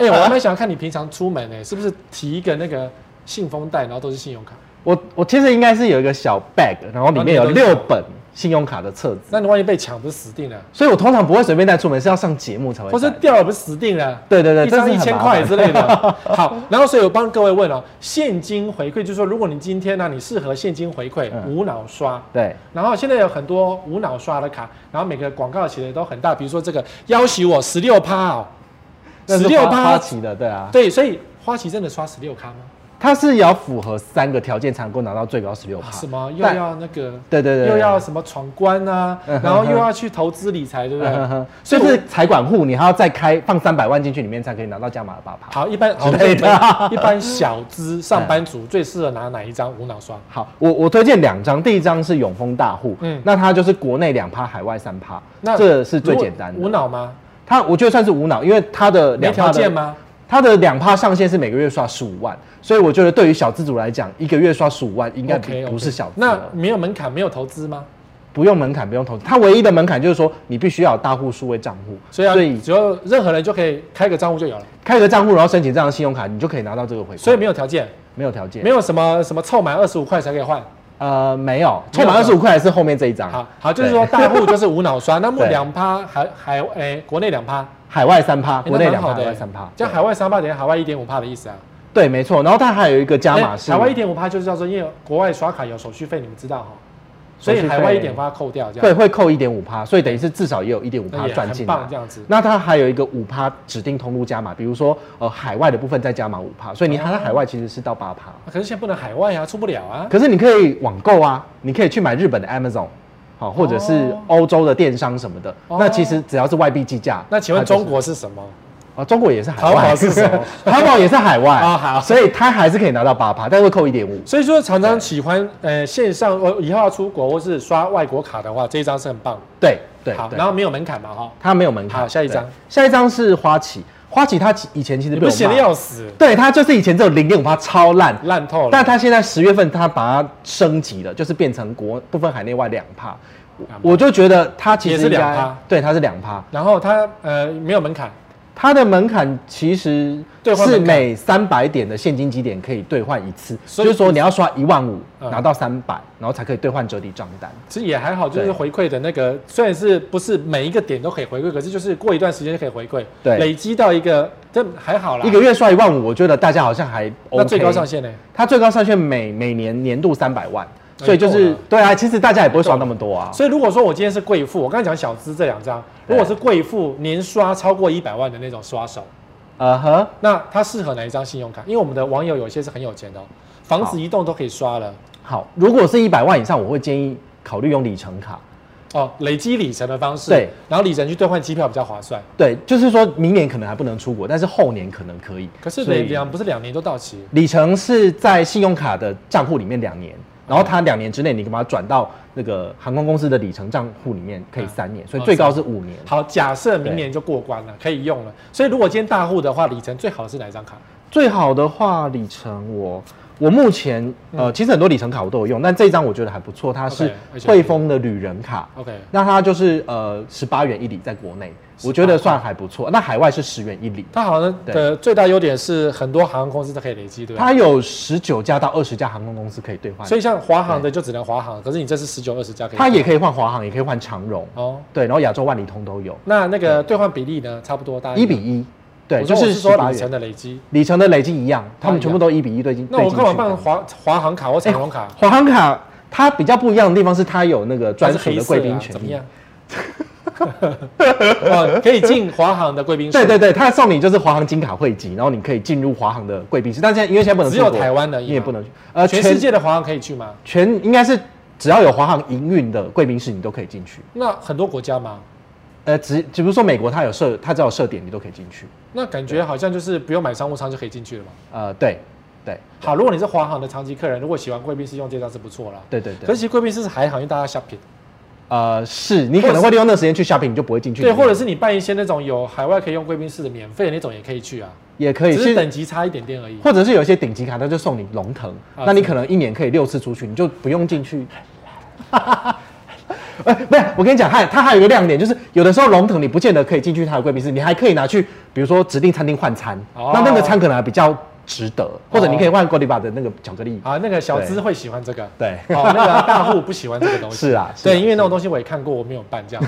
哎、我还蛮想看你平常出门呢、欸是不是提一个那个信封袋，然后都是信用卡？
我我其实应该是有一个小 bag，然后里面有
哦然后里面都是
六本信用卡的册子，
那你万一被抢，不是死定了？
所以我通常不会随便带出门，是要上节目才会带。
或是掉了，不是死定了？
对对对，
一
这是
张
很
一千
麻
块
烦
之类 的。好，然后所以我帮各位问了、哦现金回馈，就是说如果你今天呢、你适合现金回馈，
嗯
无脑刷。
对，
然后现在有很多无脑刷的卡，然后每个广告写的都很大，比如说这个要挟我十六趴哦，
那
十
是
六
花花
趴，
旗的，对啊，
对，所以花旗真的刷十六卡吗？
它是要符合三个条件才能够拿到最高十六趴。
什么又
但
要那个，
对对对，
哦又要什么闯关啊，
嗯哼
然后又要去投资理财，对不
嗯哼
对
哼？
所
所
以
以
我
是财管户，你还要再开放三百万进去，里面才可以拿到加码的八趴。
好，一般好
之类的
一般小 资上班族最适合拿哪一张无脑刷？
好，我我推荐两张，第一张是永丰大户，
嗯
嗯，那它就是国内两趴，海外三趴，
那
这是最简单
无无
的。
脑吗？
它我觉得算是无脑，因为它的
没
两
条
趴
件
的
吗？
它的两趴上限是每个月刷十五万，所以我觉得对于小资主来讲，一个月刷十五万应该不
OK，OK
不是小资啊了，
那没有门槛，没有投资吗？
不用门槛，不用投资。它唯一的门槛就是说你必须要有大户数位账户，
所以啊，只要任何人就可以开个账户就有了，
开个账户，然后申请这张信用卡，你就可以拿到这个回馈。
所以没有条件，
没有条件，
没有什么什么凑满二十五块才可以换。
呃
没
没有，
有
凑满二十五块是后面这一张，
好好，就是说大户就是无脑 刷，那么
对
两趴海海诶国内两趴，诶
海外三趴，国内
哎那蛮
两
好
趴，
的
海
诶
外三趴，
这样海外三趴等于海外一点五趴的意思啊。
对，没错。然后它还有一个加
诶
码是
哎海外一点五趴就是叫做因为国外刷卡有手续费，你们知道哈，所以
手续费
海外一点八扣掉这
对，
样，
会扣一点五趴，所以等于是至少也有一点五
那
趴
哎也
赚进
很
来
棒这。样子。
那它还有一个五趴指定通路加码，比如说呃海外的部分再加码五趴，所以你它在海外其实是到八趴。
可是现在不能海外啊，出不了啊。
可是你可以网购啊，你可以去买日本的 Amazon，好，或者是
哦
欧洲的电商什么的。
哦
那其实只要是外币计价，
那请问
它就是
中国是什么？
啊，中国也是海外，
淘宝是什么
淘宝也是海外
啊好
所以它还是可以拿到八趴，但会扣一点五。
所以说，常常喜欢呃线上，我以后要出国或是刷外国卡的话，这一张是很棒的。
对对，
好，
对
然后没有门槛嘛，哈，
它没有门槛。
好下一张
对，下一张是花旗，花旗它以前其实
你
被
不
我
是写的
骂
要死，
对，它就是以前只有零点五趴，超烂。
烂透了。
但它现在十月份它把它升级了，就是变成国部分海内外两趴。我我就觉得它其
也
实
是
应该
2%，
对，它是两趴。
然后它呃没有门槛，
它的门槛其实
兑换
是
门槛
每三百点的现金基点可以兑换一次，
所
所
以
以说你要刷一万五
嗯
拿到三百，然后才可以兑换折抵账单。
其实也还好，就是
对
回馈的那个虽然是不是每一个点都可以回馈，可是就是过一段时间就可以回馈，
对
累积到一个这还好啦。
一个月刷一万五，我觉得大家好像还 OK。
那最高上限呢？
它最高上限每每年年度三百万，
那
所以就
也够
是
了
对啊，其实大家也不会刷那么多啊。
所以如果说我今天是贵妇，我刚才讲小资这两张，如果是贵妇年刷超过一百万的那种刷手，
呃呵，
那它适合哪一张信用卡？因为我们的网友有些是很有钱的、哦，房子一栋都可以刷了
好，如果是一百万以上，我会建议考虑用里程卡。
哦，累积里程的方式，
对，
然后里程去兑换机票比较划算。
对，就是说明年可能还不能出国，但是后年可能可以。
可是
所以
每两不是两年都到期，
里程是在信用卡的账户里面两年，然后它两年之内你把它转到那个航空公司的里程账户里面，可以三年，所以最高是五年。
啊哦好，假设明年就过关了，可以用了。所以如果今天大户的话，里程最好是哪一张卡？
最好的话，里程我我目前呃，其实很多里程卡我都有用，但这张我觉得还不错，它是
嗯 OK，而且
汇丰的旅人卡。
OK，
那它就是呃十八元一里，在国内我觉得算还不错。那海外是十元一里，
它好像的最大优点是很多航空公司都可以累积，对吧？
它有十九家到二十家航空公司可以兑换，
所以像华航的就只能华航，可是你这是十九二十家可以。
它也可以换华航，也可以换长荣，
哦，
对，然后亚洲万里通都有。
那那个兑换比例呢？差不多，大概
一比一，对，
哎我说
就
我
是
是说
18
里
元
程的累积。
里程的累积一样，他们全部都一比一对进。
那我
对进
干嘛
去
办
的哎
华华航卡或长荣卡？
华航卡？它比较不一样的地方是它有那个专属
它是黑
的
色啊
贵宾权
怎么
益
样，？ 哦，可以进华航的贵宾室。
对对对，他送你就是华航金卡汇集，然后你可以进入华航的贵宾室。但现在因为现在不能
嗯只
出
有
国
台湾而已嘛
你也不能去。呃，
全
全
世界的华航可以去吗？
全应该是只要有华航营运的贵宾室，你都可以进去。
那很多国家嘛，
呃，只只不是说美国它有设，它只要有设点，你都可以进去。
那感觉好像就是不用买商务舱就可以进去了嘛。
呃，对，对，
好，如果你是华航的长期客人，如果喜欢贵宾室用这招是不错啦。
对对
可是
对
其。实贵宾室还好，因为大家 shopping，
呃，是你可能会利用那时间去 shopping，你就不会进去里
对，
面。
或者是你办一些那种有海外可以用贵宾室的免费的那种也可以去啊，
也可以，
只
其
是
实
等级差一点点而已。
或者是有一些顶级卡，它就送你龙腾，
啊
那你
是
可能一年可以六次出去，你就不用进去。 哎、不是，我跟你讲，还它还有一个亮点，就是有的时候龙腾你不见得可以进去它的贵宾室，你还可以拿去，比如说指定餐厅换餐，
哦
那那个餐可能还比较值得，或者你可以换 Godiva 的那个巧克力。
啊，那个小资会喜欢这个。
对，
哦，那个大户不喜欢这个东西。
是啊是啊
对，因为那种东西我也看过，我没有办这样。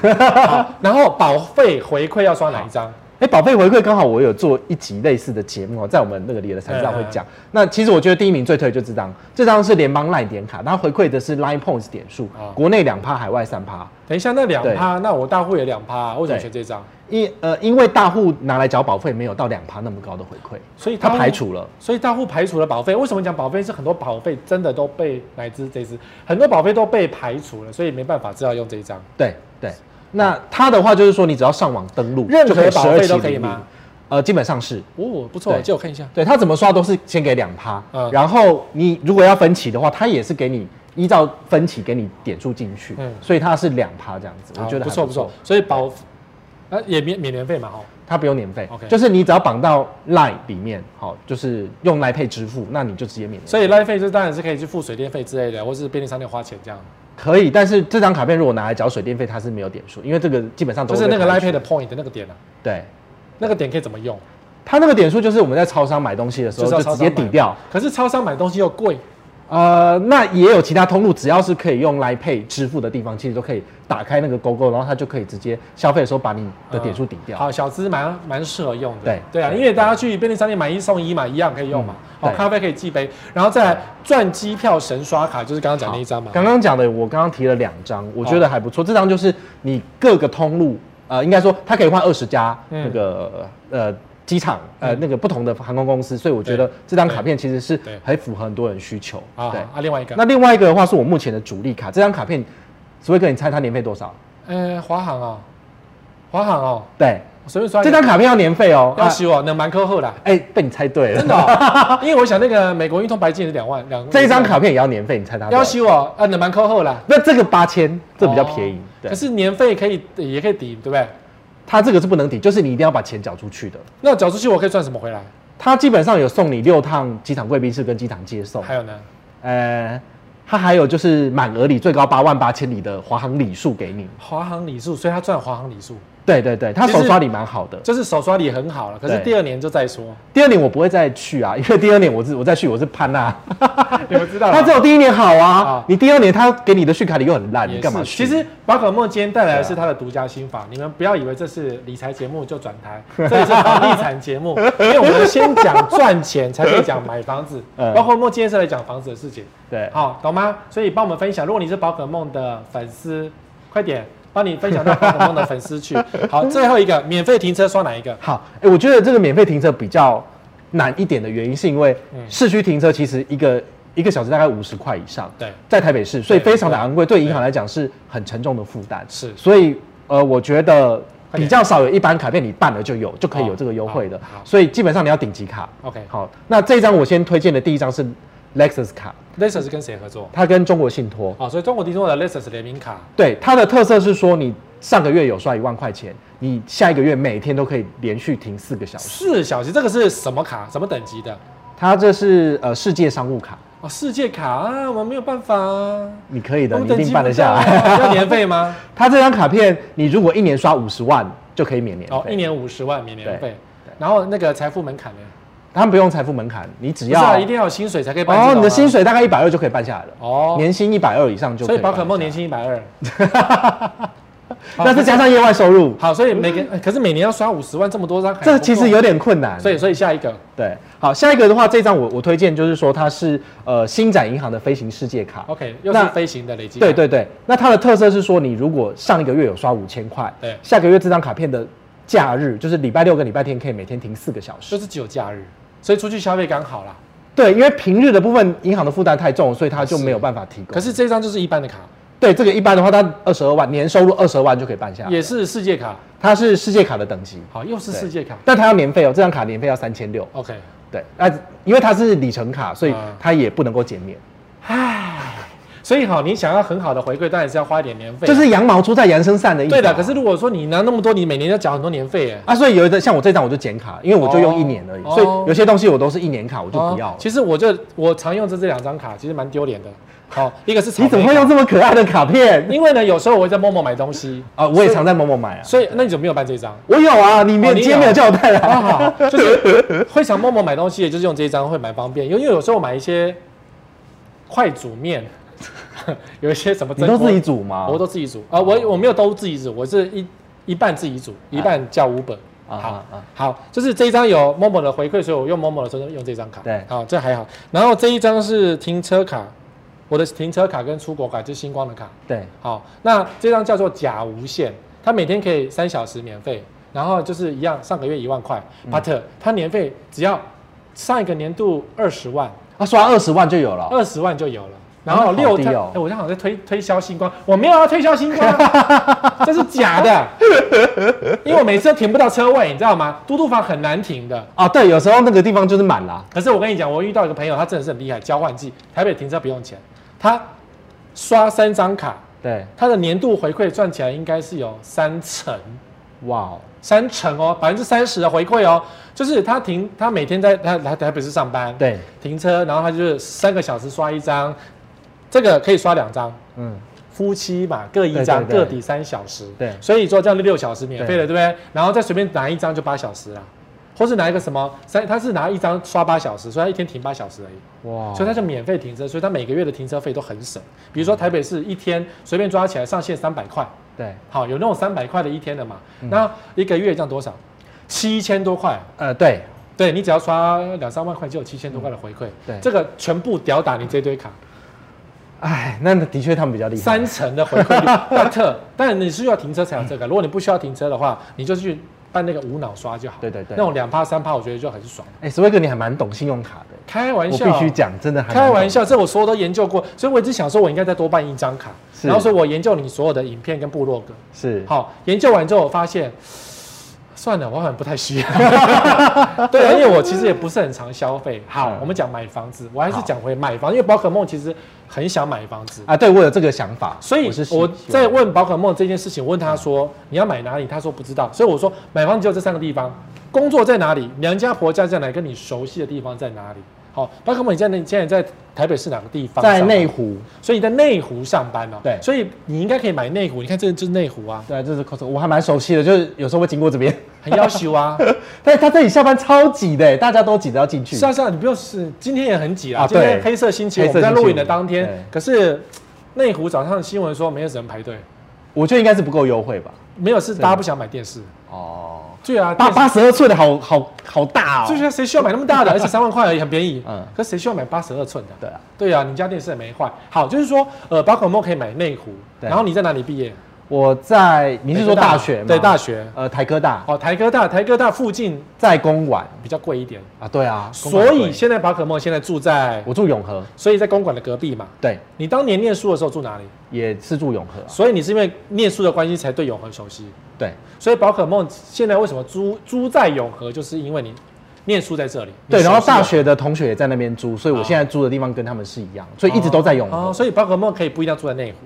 好然后保费回馈要刷哪一张？
哎、宝贝回馈刚好我有做一集类似的节目哦，在我们那个理的才知
嗯
道会讲。那其实我觉得第一名最推就这张，这张是联邦 LINE 点卡，它回馈的是 LINE Points 点数，
哦
国内两趴，海外三趴。
等一下，那两
对
趴，那我大户也两趴，为什么
对
选这张？
因呃，因为大户拿来缴保费没有到两趴那么高的回馈，
所以
它
大户
排除了。
所以大户排除了保费，为什么讲保费是很多保费真的都被哪只这只很多保费都被排除了，所以没办法，只好用这一张。
对对，那它的话就是说，你只要上网登录，
任何
就可以
保费
12期
都可以
领
吗
领？呃，基本上是。
哦，不错，
对
借我看一下。
对它怎么刷都是先给两趴，
嗯
然后你如果要分期的话，它也是给你依照分期给你点数进去，
嗯
所以它是两趴这样子，我
好
觉得
不
还
错
不
错，，所以保呃也免免年费嘛，哈。
它不用年费
OK
就是你只要绑到 Line 里面，好，就是用 Line Pay 支付，那你就直接免年费
所以赖费就当然是可以去付水电费之类的，或是便利商店花钱这样，
可以，但是这张卡片如果拿来缴水电费，它是没有点数，因为这个基本上都
就是那个
会
赖
被
费
排除
的 point 的那个点啊，
对。
那个点可以怎么用？
它那个点数就是我们在超商买东西的时
就
候
是要
就
超
直
商买
接抵掉，
可是超商买东西又贵，
呃，那也有其他通路，只要是可以用来配支付的地方，其实都可以打开那个勾勾，然后它就可以直接消费的时候把你的点数抵掉。
好，小资蛮蛮适合用的。
对
对啊，
对
因为大家去便利商店买一送一嘛，一样可以用嘛。
嗯
哦，
对
咖啡可以寄杯，然后再来赚机票神刷卡，就是刚刚讲那一张嘛。
刚刚讲的，我刚刚提了两张，我觉得还不错。这张就是你各个通路，呃，应该说它可以换二十家
嗯
那个、呃机场呃、
嗯
那个不同的航空公司，所以我觉
对
得这张卡片其实是
对
很符合很多人需求。
啊
对，
啊，另外一个，
那另外一个的话是我目前的主力卡，这张卡片，所以哥，你猜它年费多少？
呃，华航哦，华航哦，
对，
我随便刷一
这
个。
张卡片要年费哦。
要
啊
修哦，能蛮扣 后啦。
哎、被你猜对了，
真的、哦，因为我想那个美国运通白金也是两万两。
这一张卡片也要年费，你猜它多
要
少？
修哦，啊，能蛮扣后啦，
那这个八千，这比较便宜。
哦
对
可，是年费可以也可以抵，对不对？
它这个是不能抵，就是你一定要把钱缴出去的。
那缴出去我可以赚什么回来？
它基本上有送你六趟机场贵宾室跟机场接送，
还有呢？
呃，它还有就是满额里最高八万八千里的华航礼数给你。
华航礼数，所以他赚华航礼数，
对对对，它
其实
手刷礼蛮好的。
就是手刷礼很好了。可是
对
第二年就再 说，
第二年我不会再去啊，因为第二年我是我再去我是潘娜，
你们 知道
他
吗
只有第一年好
啊
啊，你第二年他给你的续卡礼又很烂，
也
你
是
干嘛啊续？
其实宝可梦今天带来的是它的独家心法，你们不要以为这是理财节目就转 台，这里是房地产节目，因为我们先讲赚钱，才可以讲买房子。
嗯
宝可梦今天是来讲房子的事情，
对，
好、懂吗？所以帮我们分享，如果你是宝可梦的粉丝，快点帮你分享到宝可梦的粉丝去。好，最后一个免费停车刷哪一个？
好，哎、我觉得这个免费停车比较难一点的原因，是因为
嗯
市区停车其实一个一个小时大概五十块以上，
对，
在台北市，所以
对
非常的昂贵，对银行
对
来讲是很沉重的负担。
是
所以呃，我觉得
快点
比较少有一般卡片你办了就有，就可以有这个优惠的
好好好，
所以基本上你要顶级卡。
OK，
好，那这一张我先推荐的第一张是 Lexus 卡，
Lexus 是跟谁合作？
它跟中国信托，
啊、所以中国提出的 Lexus 联名卡，
对它的特色是说你上个月有刷一万块钱，你下一个月每天都可以连续停四个小时。
四小时，这个是什么卡？什么等级的？
它这是呃世界商务卡，
哦，世界卡啊，我们没有办法啊，
你可以的，
我
你
们等
一定
级
办得
不
下
到啊
来。
要年费吗？
它这张卡片，你如果一年刷五十万就可以免年费，
哦，一年五十万免年
对
费，然后那个财富门槛呢？
他们不用财富门槛，你只
不是啊，
要
一定要有薪水才可以办这种啊。
哦，你的薪水大概一百二就可以办下来了，
哦，
年薪一百二以上就可
所以宝
办
可梦
下来
年薪一百二，好
那再加上业外收入，
好，所以每个哎可是每年要刷五十万这么多张，还
嗯这
不够
其实有点困难。
哎所以所以下一个
对，好，下一个的话，这张我我推荐就是说它是呃星展银行的飞行世界卡。
OK 又是
那
飞行的累积，
对，对对，那它的特色是说，你如果上一个月有刷五千块，
对
下个月这张卡片的假日就是礼拜六跟礼拜天可以每天停四个小时。
就是只有假日，所以出去消费刚好啦。
对，因为平日的部分银行的负担太重，所以它就是没有办法提供。
可是这张就是一般的卡，
对这个一般的话，它二十二万年收入二十二万就可以办下来，
也是世界卡，
它是世界卡的等级，
好，又是
对
世界卡
但它要年费哦，这张卡年费要三千六。
，OK，
对，那因为它是里程卡，所以
啊
它也不能够减免。
所以好，你想要很好的回馈，当然是要花一点年费啊，
就是羊毛出在羊身上的意思啊。
对的。可是如果说你拿那么多，你每年要缴很多年费，哎，
啊，所以有的像我这张我就减卡，因为我就用一年而已，
哦
所以有些东西我都是一年卡我就不要
哦
了。
其实我就我常用这这两张卡，其实蛮丢脸的。好，一个是草莓
你怎么会用
卡？
这么可爱的卡 片
因为呢，有时候我会在陌陌买东 西，
啊？我也常在某某买啊，
所以那你怎么没有办这 张？
我有啊，你没
哦
有
你有
今天没有叫我带来
啊， 好，就是会想陌陌买东西，也就是用这一张会蛮方便，因为因为有时候我买一些快煮面， 有一些什么
你
蒸锅
都自己煮吗？
我都自己煮啊，我我没有都自己煮，我是一一半自己煮，一半叫 Uber。
哎
好
啊啊啊
好，就是这一张有 Momo 的回馈，所以我用 Momo 的时候就用这张卡。
对
好，这还好。然后这一张是停车卡，我的停车卡跟出国卡就是星光的卡。
对，
好，那这张叫做假无限，它每天可以三小时免费，然后就是一样，上个月一万块、巴 b u t 它年费只要上一个年度二十万，
啊，刷二十万就有了。
二十万就有了。然
啊
后
那
六
好
张，
低
哎、
哦
我这好像在推推销星光，我没有要推销星光啊，这是假的，因为我每次都停不到车位，你知道吗？嘟嘟房很难停的。
啊，对，有时候那个地方就是满啦。
可是我跟你讲，我遇到一个朋友，他真的是很厉害，交换季，台北停车不用钱，他刷三张卡，
对，
他的年度回馈赚起来应该是有三成，
哇哦，
三成哦，百分之三十的回馈哦，就是他停，他每天在他来台北市上班，
对，
停车，然后他就是三个小时刷一张，这个可以刷两张，
嗯，
夫妻嘛各一张，
对对对
各抵三小时，
对
所以说这样就六小时免费了，
对
对不对？然后再随便拿一张就八小时啦，啊或是拿一个什么三，他是拿一张刷八小时，所以他一天停八小时而已。
哇
所以他就免费停车，所以他每个月的停车费都很省。比如说台北市一天随便抓起来上限三百块，
对，
好，有那种三百块的一天的嘛，
嗯
那一个月这样多少？七千多块，
呃，对，
对你只要刷两三万块就有七千多块的回馈，
嗯对
这个全部吊打你这堆卡，
哎，那的确他们比较厉 害。
三成的回馈率，大特，但你是需要停车才有这个，
嗯
如果你不需要停车的话，你就去办那个无脑刷就好，
对对对
那种两趴三趴我觉得就很爽，
哎，史威哥你还蛮懂信用卡的，
开玩
我
笑，
必须讲，真的还蛮懂
开玩。笑，这我所有都研究过，所以我一直想说，我应该再多办一张卡，
是
然后所以我研究你所有的影片跟部落格。
是，
好，研究完之后我发现，算了，我好像不太需要。 对，因为我其实也不是很常消费。好，
嗯
我们讲买房子，我还是
好
讲回买房，因为宝可梦其实很想买房子。
啊，对我有这个想法，
所以
是喜
我
喜欢
在问宝可梦这件事情，我问他说你要买哪里，他说不知道。所以我说买房只有这三个地方，工作在哪里，娘家婆家在哪里，跟你熟悉的地方在哪里。好，宝可梦你现在你现在在台北市哪个地方？
在内，湖，
所以你在内湖上班哦。
对
所以你应该可以买内湖。你看这就是内湖啊，
对，这是 Costco，我还蛮熟悉的，就是有时候会经过这边。
很要求啊。
但他这里下班超挤的，欸大家都挤着要进去。
是啊是啊，你不用是今天也很挤啊，
啊
今天
对
黑色星期五
黑
我
色
们在
星期
录影
五
的当天
对，
可是内湖早上的新闻说没有人排队，
我觉得应该是不够优惠吧。
没有是大家不想买电视。
哦，
对啊，
八
电视
八十二寸的好好好大哦。
就是谁需要买那么 大的，而且三万块而已，很便宜。嗯
嗯，
可是谁需要买八十二寸的？
对啊，
对啊，你家电视也没坏。好，就是说，呃，宝可梦可以买内湖，
对
然后你在哪里毕业？
我在你是说大学吗？
对，大学。
呃台科大
哦，台科大，台科大附近
在公馆
比较贵一点，
啊，对啊，公馆
所
很贵
以现在宝可梦现在住在，
我住永和，
所以在公馆的隔壁嘛。
对，
你当年念书的时候住哪里？
也是住永和啊，
所以你是因为念书的关系才对永和熟悉。
对，
所以宝可梦现在为什么租租在永和，就是因为你念书在这里。
对，
你熟
然
悉啊
后大学的同学也在那边住，所以我现在住的地方跟他们是一样，所以一直都在永
哦，
和，
所以宝可梦可以不一定要住在内湖。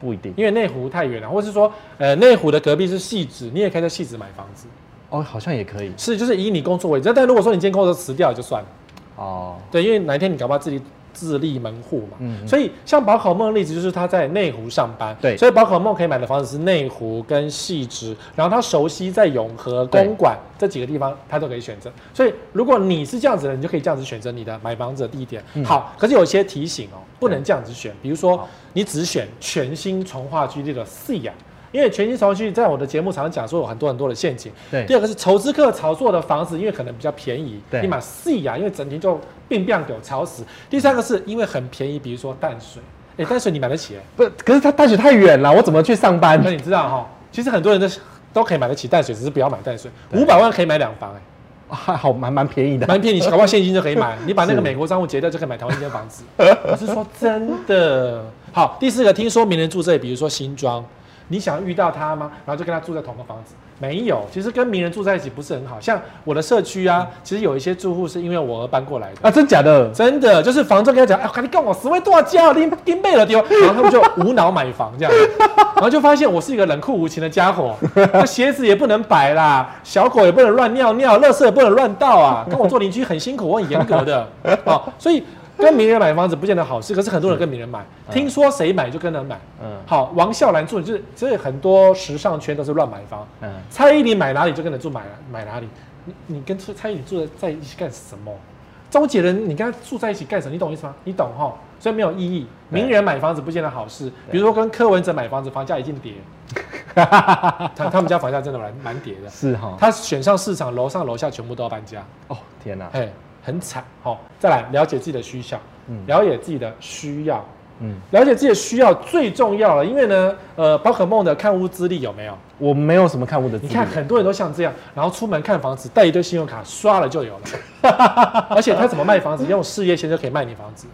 不一定。
因为内湖太远了，或是说，呃，内湖的隔壁是戏子，你也可以在戏子买房子。
哦，好像也可以
是，就是以你工作为主。但如果说你今天工作辞掉也就算了，
哦，
对，因为哪一天你搞不好自己自立门户嘛。
嗯
所以像宝可梦的例子就是他在内湖上班，
对
所以宝可梦可以买的房子是内湖跟戏子，然后他熟悉在永和、公馆这几个地方，他都可以选择。所以如果你是这样子的人，你就可以这样子选择你的买房子的地点。好，可是有些提醒哦，不能这样子选，比如说
嗯好
你只选全新从化区内的 C 呀、因为全新投机在我的节目常常讲说有很多很多的陷阱。
对
第二个是投资客炒作的房子，因为可能比较便宜，
对
你买细呀，因为整天就病病有吵死。第三个是因为很便宜，比如说淡水，哎、淡水你买得起、哎
不，可是它淡水太远了，我怎么去上班
可？你知道哈，其实很多人都都可以买得起淡水，只是不要买淡水，五百万可以买两房、哎。
还 好蛮蛮便宜的。
蛮便宜，搞不好现金就可以买。你把那个
是
美国账户结掉，就可以买台湾一间房子。我是说真的。好，第四个，听说名人住这里，比如说新庄，你想遇到他吗？然后就跟他住在同个房子。没有，其实跟名人住在一起不是很好。像我的社区啊，其实有一些住户是因为我而搬过来的。
啊，真假的？
真的，就是房东跟他讲，哎，赶紧跟我十位多少交，拎拎背了丢，然后他们就无脑买房这样，然后就发现我是一个冷酷无情的家伙，那鞋子也不能摆啦，小狗也不能乱尿尿，垃圾也不能乱倒啊，跟我做邻居很辛苦，我很严格的哦，所以跟名人买房子不见得好事，可是很多人跟名人买，听说谁买就跟着买，
嗯
好，王笑兰住就是，所以很多时尚圈都是乱买房，
嗯，
蔡依林买哪里就跟着住买买哪里。你你跟蔡依林住在一起干什么？周杰伦你跟他住在一起干什么？你懂意思吗？你懂哈，所以没有意义。
对
名人买房子不见得好事，比如说跟柯文哲买房子，房价一定 跌。他他们家房价真的蛮蛮跌的，
是哈。
他选上市场，楼上楼下全部都要搬家，
哦，天哪。
嘿，很惨哦。再来了解自己的需要，
嗯
了解自己的需要，
嗯，
了解自己的需要最重要了。因为呢，呃，宝可梦的看屋资历有没有？
我没有什么看屋的资
你
历。
看很多人都像这样，然后出门看房子，带一堆信用卡刷了就有 了。而且他怎么卖房子，用事业线就可以卖你房子。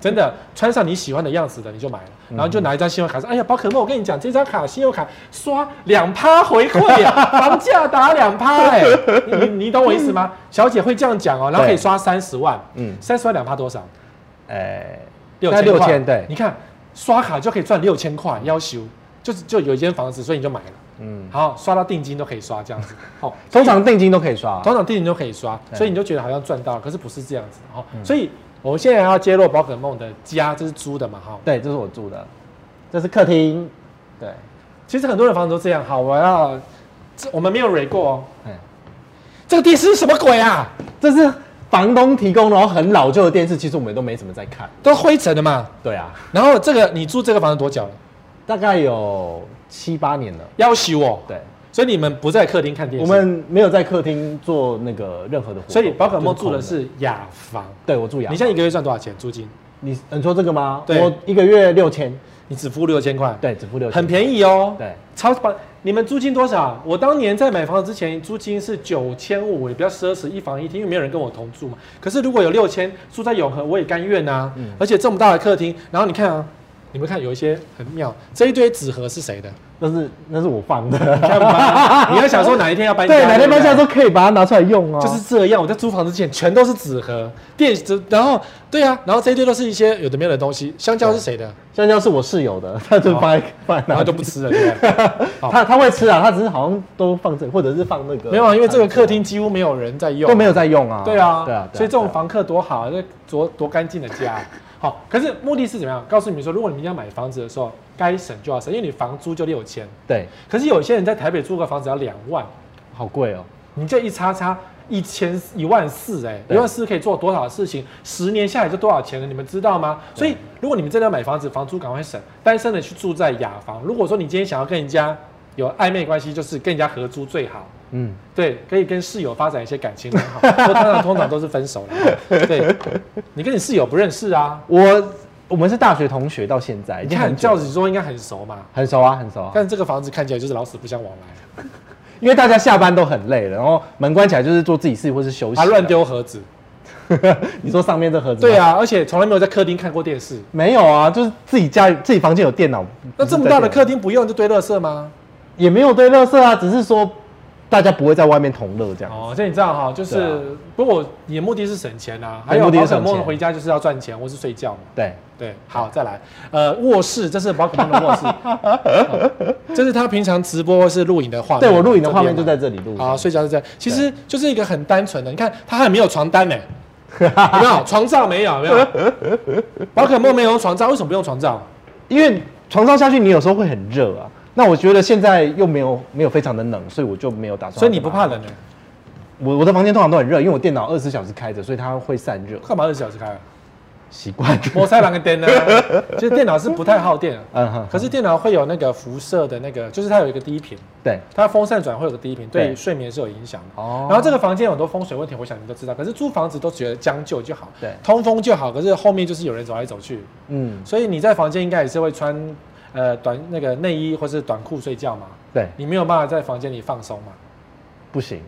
真的，穿上你喜欢的样子的你就买了，然后就拿一张信用卡说：“哎呀，宝可梦，我跟你讲，这张卡信用卡刷两趴回馈、 啊，房价打两趴、哎，你你你懂我意思吗？小姐会这样讲哦，然后可以
对
刷三十万，
嗯，
三十万两趴多少？
哎，
六
大概
千
六
块
千对
你看刷卡就可以赚六千块，要求就是就有一间房子，所以你就买了。
嗯，
好，刷到定金都可以刷这样 子，哦，
通常定金都可以刷。
通常定金都可以刷，
对嗯
所以你就觉得好像赚到了，可是不是这样子，哦，所以我们现在要揭露宝可梦的家，这是租的嘛，哈、
对，这是我住的，这是客厅。对，
其实很多人房子都这样，好，我要，这我们没有蕊过哦，
哎，
这个电视是什么鬼啊？
这是房东提供，然后很老旧的电视，其实我们都没怎么在看。
都灰尘的嘛。
对啊，
然后这个你住这个房子多久了？
大概有七八年了。
要挟我，
对，
所以你们不在客厅看电视，
我们没有在客厅做那个任何的活动。
所以宝可梦住的
就是空
是雅房。
对我住雅
你
房。
现在一个月赚多少钱租金？
你你说这个吗？
对
我一个月六千，
你只付六千块，
对，只付六千，
很便宜哦。
对，
超棒！你们租金多少？我当年在买房子之前，租金是九千五，也比较奢侈，一房一厅，因为没有人跟我同住嘛。可是如果有六千住在永和，我也甘愿啊。
嗯
而且这么大的客厅，然后你看啊，你们看有一些很妙，这一堆纸盒是谁的？
那是那是我放 的。
看吧，你要想说哪一天要搬家，
对，哪天搬家
对
都可以把它拿出来用
不
啊。
对就是这样。我在租房之前全都是纸盒、电子，然后对啊，然后这一堆都是一些有的没有的东西。香蕉是谁的？
香蕉是我室友的， 他就放在放在
然
那
后
里
哦就不吃了，对不 对？好
他他会吃啊，他只是好像都放这，或者是放那个。
没有啊，因为这个客厅几乎没有人在用，
都没有在用啊。
对啊，
对啊。
所以这种
对啊
房客多好，啊，这多多干净的家。 好，可是目的是怎么样？告诉你们说，如果你们要买房子的时候，该省就要省，因为你房租就六千，
对，
可是有些人在台北租个房子要两万，
好贵哦。
你这一叉叉一千一万四，哎，一
对
万四可以做多少事情？十年下来就多少钱了？你们知道吗？所以如果你们真的要买房子，房租赶快省，单身的去住在雅房。如果说你今天想要跟人家有暧昧关系，就是跟人家合租最好。
嗯，
对，可以跟室友发展一些感情很好，通常通常都是分手了。对，你跟你室友不认识啊？
我我们是大学同学到现在，已
你
经
看
很
这样
久
子说应该很熟嘛，
很熟啊，很熟啊。
但这个房子看起来就是老死不相往来，
因为大家下班都很累了，然后门关起来就是做自己事或是啊休息。
还啊乱。丢盒子。
你说上面这盒子？
对。啊，而且从来没有在客厅看过电视。
没有啊，就是自己家自己房间有电脑。
那这么大的
客
客厅不用就堆垃圾吗？
也没有堆垃圾啊，只是说大家不会在外面同乐这样。
哦，这你知道哈，就
啊对啊
是不过我你的目的是省钱啊，还
对
有
目的
宝
是
可
省
梦
钱
回家就是要赚钱或是睡觉嘛。
对，
对，好，再来，呃，卧室，这是宝可梦的 卧室、哦这是他平常直播或是录影的画面。
对我录影的画面
啊这
就
边嘛
在这里录。
啊，睡觉是这样，其实就是一个很单纯的。你看，它还没有床 单呢、有没有床罩？没有，有没有。 宝可梦没有床罩，为什么不用床罩？
因为床上下去你有时候会很热啊。那我觉得现在又没有没有非常的冷，所以我就没有打算。
所以你不怕？冷呢、
我我的房间通常都很热，因为我电脑二十四小时开着，所以它会散热。
干嘛二十小时开啊？
习惯。
摩塞朗跟电呢，其实电脑是不太耗电的，
嗯哼，
可是电脑会有那个辐射的那个，就是它有一个低频，
对，
它风扇转会有个低频，对
对
睡眠是有影响的。
哦
然后这个房间有很多风水问题，我想你们都知道。可是租房子都觉得将就就好，
对
通风就好。可是后面就是有人走来走去，
嗯，
所以你在房间应该也是会穿呃短那个内衣或是短裤睡觉嘛，
对，
你没有办法在房间里放松嘛，
不行，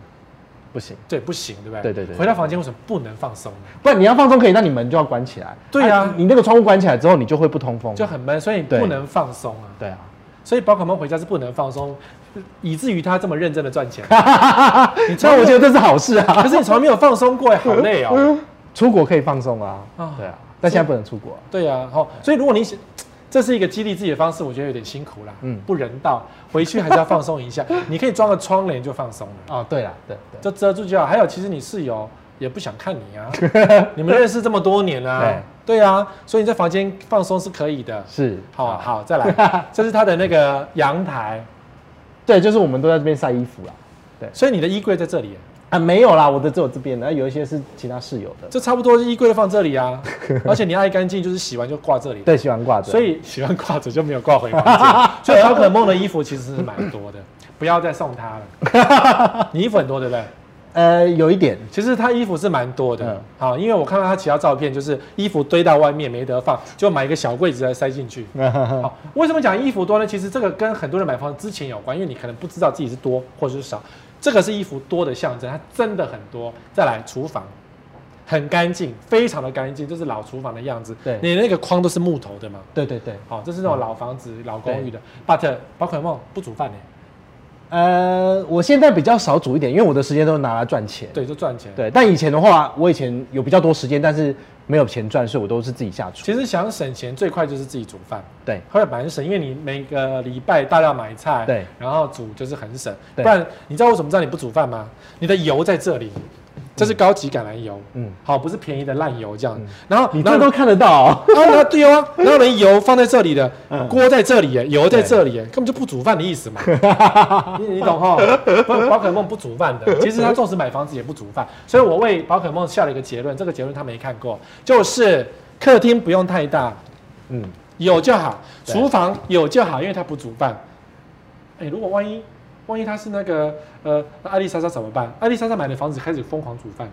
不行。
对，不行，对不对？
对对对对
回到房间为什么不能放松呢？
不然你要放松可以，那你门就要关起来。
对啊
你那个窗户关起来之后，你就会不通风。
就很闷，所以
对
不能放松啊。
对啊，
所以宝可梦回家是不能放松，以至于他这么认真的赚 钱。你知
那
道
我
我
觉
就，
得这是好事啊。
可是你从来没有放松过，好累哦。
出国可以放松啊。
啊
对啊，但现在不能出国啊。
对呀、啊，好、所以如果你想，这是一个激励自己的方式，我觉得有点辛苦啦，嗯
嗯，
不人道，回去还是要放松一下。你可以装个窗帘就放松了，
哦，对啦，对对
就遮住就好。还有，其实你室友也不想看你啊， 你们认识这么多年啦、啊，对啊，所以你在房间放松是可以的。
是
好、啊好，再 来，这是他的那个阳台，
对，就是我们都在这边晒衣服啦。
所以你的衣柜在这里耶，
啊，没有啦，我的只有这边的，那啊有一些是其他室友的。
这差不多衣柜就放这里 啊，而且你爱干净，就是洗完就挂这里。
对，喜欢挂着。
所以喜欢挂着就没有挂回房 间。所以宝可梦的衣服其实是蛮多的，不要再送他了。 你衣服很多对不对？
呃，有一点，
其实他衣服是蛮多的
嗯，
好、因为我看到他其他照片，就是衣服堆到外面没得放，就买一个小柜子来塞进去。
嗯
好，为什么讲衣服多呢？其实这个跟很多人买房之前有关，因为你可能不知道自己是多或者是少，这个是衣服多的象征，它真的很多。再来，厨房很干净，非常的干净，就是老厨房的样子。
对嗯
你那个框都是木头的嘛，
对对对，
好、这是那种老房子、老公寓的。But 宝可梦不煮饭呢、
呃，我现在比较少煮一点，因为我的时间都拿来赚钱。
对，就赚钱。，
对，但以前的话，我以前有比较多时间，但是没有钱赚，所以我都是自己下厨。
其实想省钱最快就是自己煮饭，
对，
会蛮省，因为你每个礼拜大量买菜，
对，
然后煮就是很省。不
对
然你知道我怎么知道你不煮饭吗？你的油在这里，这是高级橄榄油，
嗯，
好，不是便宜的烂油这样。然后
你
然
这
后
都看得到、哦。
啊，那对啊，然后人油放在这里的，
嗯
锅在这里耶，油在这里耶，根本就不煮饭的意思 嘛，你你懂哈？不宝可梦不煮饭 的，其实他纵使买房子也不煮饭，所以我为宝可梦下了一个结论，这个结论他没看过，就是客厅不用太大，
嗯，
有就好，
对
厨房有就好，因为他不煮饭。哎，如果万一万一他是那个呃艾丽莎莎怎么办？艾丽莎莎买的房子开始疯狂煮饭，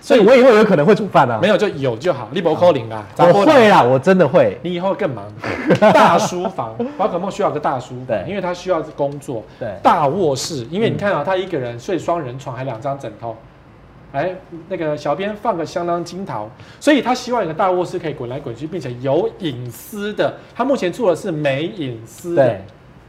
所以我以后有可能会煮饭啊。
没有就有就好，利伯扣零啊啦，杂
我
波啦
会啊啦，我真的会。
你以后更 忙，大书房，宝可梦需要个大书
对
房，因为他需要工作。
对
大卧室，因为你看啊，他一个人睡双人床，还两张枕头。哎，那个小编放个相当金桃，所以他希望有个大卧室可以滚来滚去，并且有隐私的。他目前住的是没隐私的
对，，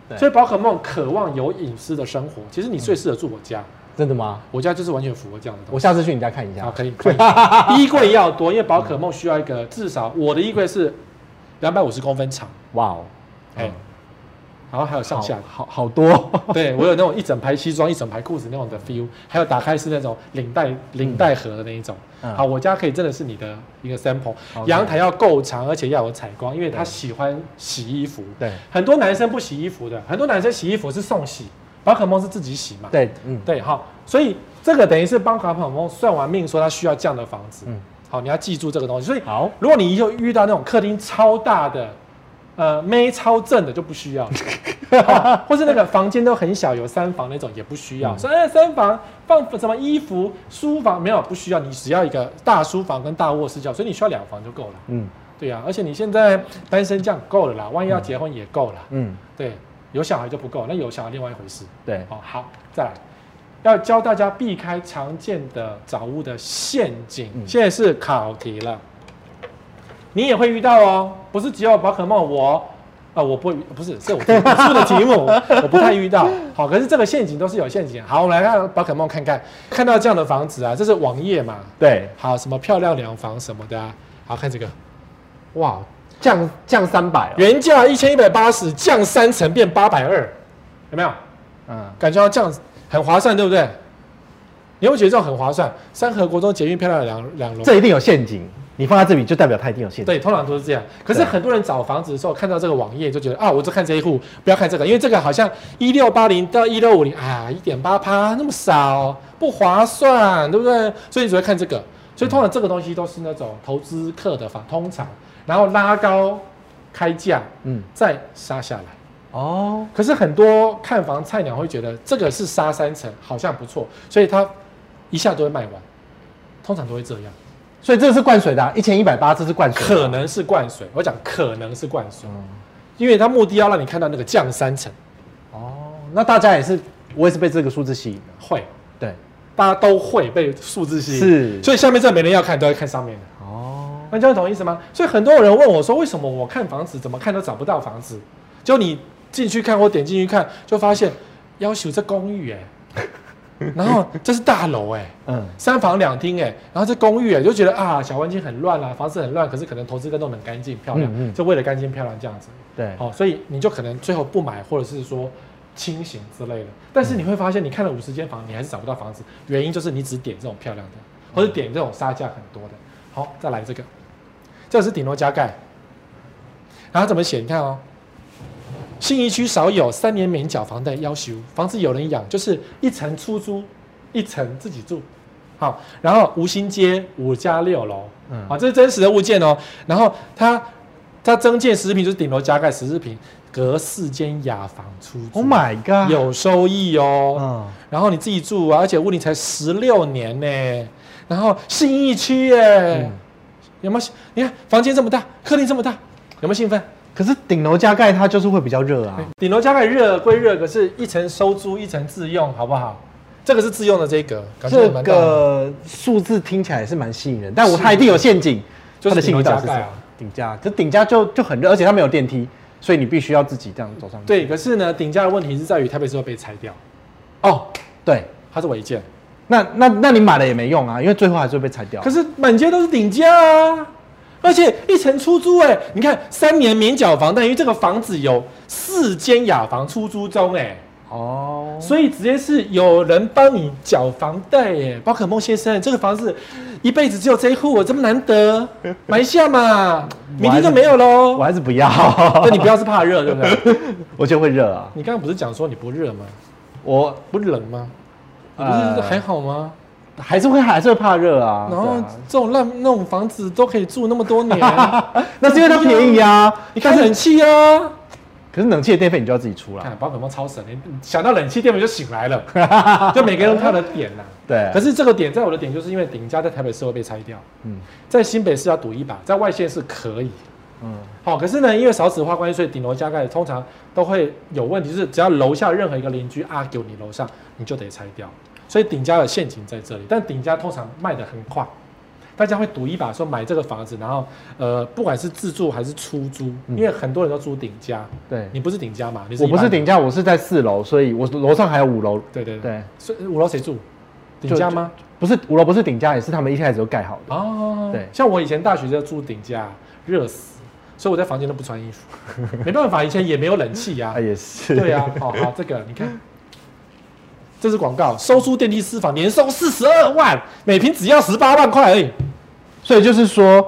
对
所以宝可梦渴望有隐私的生活。其实你最适合住我家，
真的吗？
我家就是完全符合这样的东西。
我下次去你家看一下。
好，可以。可 以衣柜要多，因为宝可梦需要一个至少我的衣柜是两百五十公分长，
哇哦，
哎、然后还有上下。
好好好多。
对我有那种一整排西装、一整排裤子那种的 feel，还有打开是那种领带领带盒的那一种。
嗯
好，我家可以真的是你的一个 sample。
OK
阳台要够长，而且要有采光，因为他喜欢洗衣服。
对
很多男生不洗衣服的，很多男生洗衣服是送洗，宝可梦是自己洗嘛。
对，嗯，
对，好，所以这个等于是帮卡普蒙算完命，说他需要这样的房子。
嗯
好，你要记住这个东西。所以，
好，
如果你又遇到那种客厅超大的，呃，妹超正的就不需要，好或是那个房间都很小，有三房那种也不需要。说、哎，三房放什么衣服、书房没有不需要，你只要一个大书房跟大卧室就好，所以你需要两房就够了。
嗯
对啊呀、而且你现在单身这样够了啦，万一要结婚也够了。
嗯，
对，有小孩就不够，那有小孩另外一回事。
对，
哦，好，再来，要教大家避开常见的找物的陷阱。
嗯
现在是考题了，你也会遇到哦，不是只有宝可梦我。啊、我不会不是，是我题目出的题目，我不太遇到。好，可是这个陷阱都是有陷阱。好，我们来看宝可梦，看看看到这样的房子啊，这是网页嘛？
对，
好，什么漂亮两房什么的、啊。好看这个，哇，
降降三百哦。
原价一千一百八十，降三成变八百二，有没有？
嗯，
感觉到这样子很划算，对不对？你会觉得这种很划算。三河国中捷运漂亮的两两楼，
这一定有陷阱，你放在这里就代表它一定有陷阱。
对，通常都是这样。可是
对
很多人找房子的时候，看到这个网页就觉得啊，我就看这一户，不要看这个，因为这个好像一六八零到一六五零啊，一点八趴那么少，不划算，对不对？所以你只会看这个。所以通常这个东西都是那种投资客的法，通常然后拉高开价
嗯，
再杀下来。
哦，
可是很多看房菜鸟会觉得这个是杀三成，好像不错，所以他一下都会卖完，通常都会这样，
所以这是灌水的、啊，一千一百八，这是灌水的
可
啊、
能是灌水。我讲可能是灌水，
嗯
因为他目的要让你看到那个降三成，
哦，那大家也是，我也是被这个数字吸引的，
会，
对，
大家都会被数字吸引，
是
所以下面这没人要看，都要看上面的。
哦，
那这样懂意思吗？所以很多人问我说，为什么我看房子怎么看都找不到房子？就你进去看或点进去看，就发现，要求这公寓 哎、然后这是大楼哎、
嗯，
三房两厅哎，然后这公寓哎，就觉得啊，小环境很乱啦、房子很乱，可是可能投资客弄得很干净漂亮，
嗯嗯
就为了干净漂亮这样子。
对，
好、哦所以你就可能最后不买，或者是说清醒之类的。但是你会发现，你看了五十间房，你还是找不到房子，原因就是你只点这种漂亮的，或者点这种杀价很多的。好，再来这个，这个是顶楼加盖，然后怎么写？你看哦，信义区少有三年免缴房贷要求，房子有人养，就是一层出租，一层自己住。好，然后吴兴街五加六楼，
嗯
啊好，这是真实的物件哦。然后它它增建十平就是顶楼加盖十平，隔四间雅房出租。
，Oh my god，，
有收益哦。
嗯，
然后你自己住啊，而且屋龄才十六年呢。然后信义区耶，
嗯
有没有？你看房间这么大，客厅这么大，有没有兴奋？
可是顶楼加盖它就是会比较热啊，
顶楼加盖热归热，可是一层收租，一层自用，好不好？这个是自用的这一格，感觉也
这
蛮大的
个数字听起来也是蛮吸引人，但我
是
它一定有陷阱，
就是
它的陷阱到底
顶
是
楼加
什么
盖啊？
顶加，这顶加就就很热，而且它没有电梯，所以你必须要自己这样走上去。
对，可是呢，顶价的问题是在于台北市会被拆掉。哦，
对，
它是违建，
那那那你买了也没用啊，因为最后还是会被拆掉。
可
是
是满街都是顶价啊，而且一层出租哎、你看三年免缴房贷，因为这个房子有四间雅房出租中哎、
哦，
所以直接是有人帮你缴房贷耶，宝可梦先生，这个房子一辈子只有这一户，这么难得，买一下 嘛，明天就没有
我
喽。
还是不 要，
那你不要是怕热对不对？
我就会热啊。
你刚刚不是讲说你不热吗？
我
不冷吗？你不
呃
是还好吗？
还是会还是会怕热啊。
然后
对啊
这种烂那种房子都可以住那么多 年，
那是因为它便宜啊，
你开冷气啊！
可是冷气的电费你就要自己出了。
看宝可梦超神，你想到冷气店我就醒来了， 就每个人都有他的点呐、
对，啊
可是这个点在我的点，就是因为顶家在台北市会被拆掉，
嗯
在新北市要赌一把，在外县是可以。
嗯
好、可是呢，因为少子化关系，所以顶楼加盖通常都会有问题，就是只要楼下任何一个邻居 argue 你楼上，你就得拆掉。所以顶家的陷阱在这里，但顶家通常卖得很快，大家会赌一把，说买这个房子，然后呃，不管是自住还是出租，
嗯
因为很多人都租顶家，
对，
你不是顶家嘛？你是
我
一
不
般
是
人，
顶价，我是在四楼，所以我楼上还有五楼。
对对对，
对，
所以五楼谁住？顶
就
家吗？
不是五楼不是顶价，也是他们一开始就盖好的。
哦，
对
像我以前大学就住顶家，热死，所以我在房间都不穿衣 服，没办法，以前也没有冷气呀、
啊，也是。
对啊，好好，这个你看，这是广告，收租电梯私房，年收四十二万，每平只要十八万块而已。
所以就是说，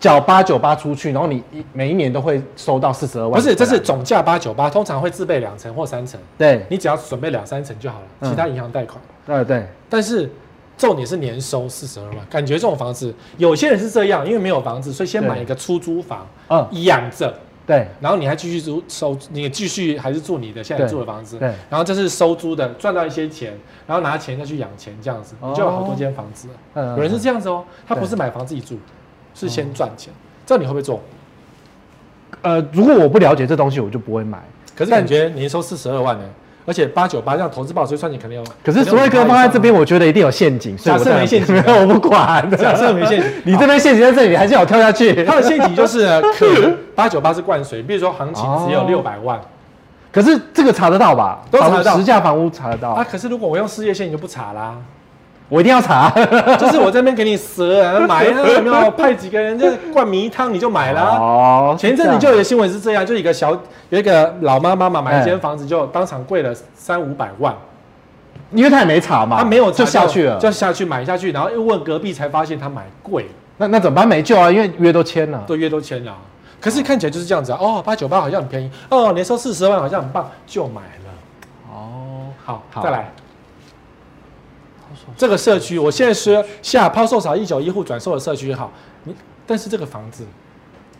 缴八九八出去，然后你一每一年都会收到四十二
不
万回来。
是，这是总价八九八，通常会自备两层或三层，
对，
你只要准备两三层就好了，
嗯
其他银行贷款。
呃对，
但是重点是年收四十二万，感觉这种房子，有些人是这样，因为没有房子，所以先
对
买一个出租房
嗯
养着。
对
然后你还继续租收，你也继续还是住你的现在
对
住的房子，
对
然后这是收租的，赚到一些钱，然后拿钱再去养钱，这样子
哦
你就有好多间房子了。
嗯
有人是这样子哦，他
对
不是买房自己住，是先赚钱。
哦
这样你会不会做？
呃，如果我不了解这东西，我就不会买。
可是
但
感觉年收四十二万呢，而且八九八这样投资报酬算你肯定有。
可是所谓哥放在这边，我觉得一定有陷阱，所以我
假设没陷阱啊
我不管。
假设没陷阱
你这边陷阱在这里，还是要跳下去。
它的陷阱就是呢可能八九八是灌水，比如说行情只有
哦
六百万，
可是这个查得到吧？
都查得
房屋
到
实价房屋查得到，
啊，可是如果我用事业线你就不查啦。
我一定要查。
就是我这边给你蛇啊，买啊，有没有派几个人就灌迷汤你就买了啊。
哦
前一阵子就有新闻是这样，就有一个小有一个老妈妈嘛，买一间房子就当场贵了三五百万，
因为他也没查嘛，
她没有查
就下去了。
就下去买下去，然后又问隔壁才发现她买贵了，
那那怎么办？没救啊，因为约都签了。
都约都签了啊。可是看起来就是这样子啊，哦，八九八好像很便宜，哦，年收四十万好像很棒，就买了。
哦，
好，
好
再来，
好爽
这个社区，我现在是下抛售潮一九一户转售的社区也好，你但是这个房子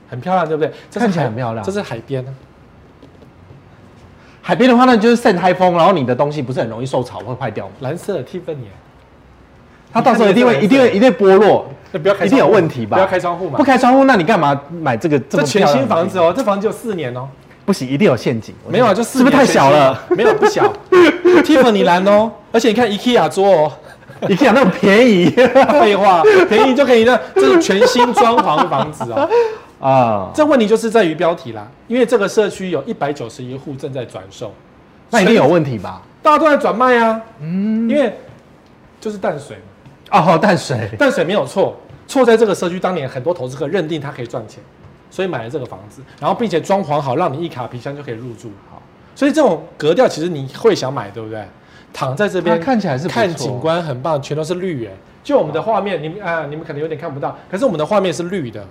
很漂亮，对不对？这是
看起来
海
很漂亮
这是海边啊，
海边的话呢，就是盛台风，然后你的东西不是很容易受潮会坏掉吗？
蓝色的蒂芬尼，
它到时候一定会一定会一定会剥落，
那不要开
一定有
窗户
问题吧？
不要开窗户嘛
不开窗户，那你干嘛买这个这
这
么
全新房子
哦？
哦，这房子有四年哦，
不行，一定有陷阱。我
没有啊，
觉
就
得
四
是不是
年
太小了？
全新？没有不小，蒂芬尼蓝哦，而且你看 IKEA 桌哦，
你讲那种便宜
废话，便宜就可以让这是全新装潢的房子哦。
啊，
这问题就是在于标题啦，因为这个社区有一百九十一户正在转售，
那一定有问题吧？
大家都在转卖啊，嗯，因为就是淡水嘛，
哦，淡水
淡水没有错，错在这个社区当年很多投资客认定它可以赚钱，所以买了这个房子，然后并且装潢好，让你一卡皮箱就可以入住。好，所以这种格调其实你会想买，对不对？躺在这边
它看起来是不错
看景观很棒，全都是绿耶。就我们的画面，你们啊，你们可能有点看不到，可是我们的画面是绿的，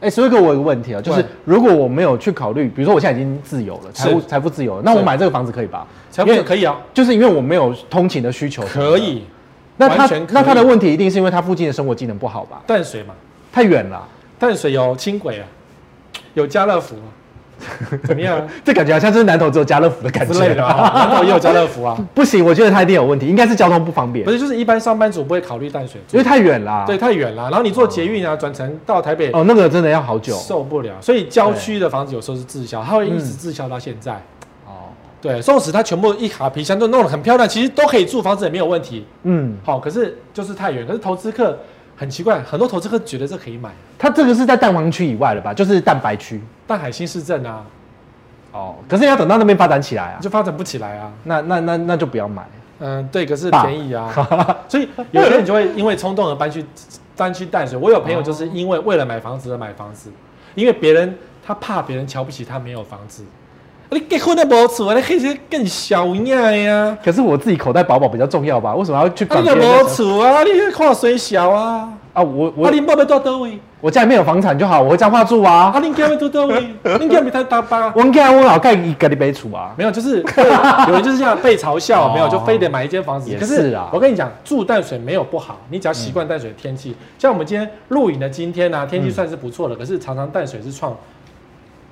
哎，所以哥，我有个问题啊，就是
对
如果我没有去考虑，比如说我现在已经自由了，财务
是
财富自由了，那我
是
买这个房子可以吧？
才不
因为
可以啊，
就是因为我没有通勤的需求，
可。以
那他
完全可以
那他的问题一定是因为他附近的生活技能不好吧？
淡水嘛，
太远了，
淡水有轻轨啊，有家乐福啊， 怎么样啊
这感觉好像就是南投只有家乐福的 感
之类
觉
的啊？ 南投也有家乐 福啊，
不行，我觉得他一定有问题，应该是交通不方便
不，是，就是一般上班族不会考虑淡水住
因为太远啦。
对，，太远了。然后你坐捷运啊，转乘到台北
哦，那个真的要好久。
受不了，所以郊区的房子有时候是滞销，它会一直
嗯
滞销到现在。
哦，
对，纵使它全部一卡皮箱都弄得很漂亮，其实都可以住，房子也没有问题。
嗯，
好，可是就是太远。可是投资客很奇怪，很多投资客觉得这可以买，
他这个是在蛋黄区以外了吧？就是蛋白区。
但海新市镇啊，
哦，可是你要等到那边发展起来啊，
就发展不起来啊。
那那那那就不要买。
嗯，对，可是
吧
便 宜啊，所以有些人就会因为冲动而搬去搬去淡水。我有朋友就是因为为了买房子而买房子，因为别人他怕别人瞧不起他没有房子。啊你结婚都无厝，你黑些更小样呀！
可是我自己口袋饱饱比较重要吧？为什么要去
啊，
管
你
别
都
人的
无
生？
厝啊，你看水小啊，
啊，我
啊，
我
你爸要住倒位，
我家里面有房产就好，我会这样话住啊
啊，。你家要住倒 位，你家咪太大吧？
我盖我老盖一个的杯厨啊。
没有，就是对有人就是这样被嘲笑，
哦
没有就非得买一间房子。
也
可
是啊嗯
我跟你讲，住淡水没有不好，你只要习惯淡水的天气。像我们今天录影的今天呢、啊，天气算是不错了，可是常常淡水是创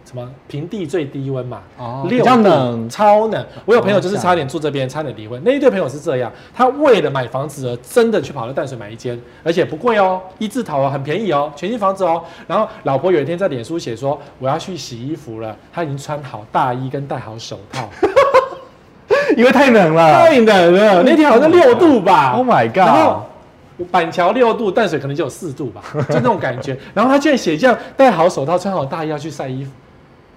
什么平地最低温嘛，
哦
六
比较
度
冷
超冷。我有朋友就是
哦
差点住这边，差点离婚。那一对朋友是这样，他为了买房子而真的去跑到淡水买一间，而且不贵哦，一字头哦，很便宜哦，全新房子哦。然后老婆有一天在脸书写说，我要去洗衣服了，她已经穿好大衣跟戴好手套。
因为太冷了。
太冷了，那天好像六度吧
Oh my god
然后板桥六度，淡水可能就有四度 吧，就那种感觉。然后他居然写这样，戴好手套，穿好大衣要去晒衣服。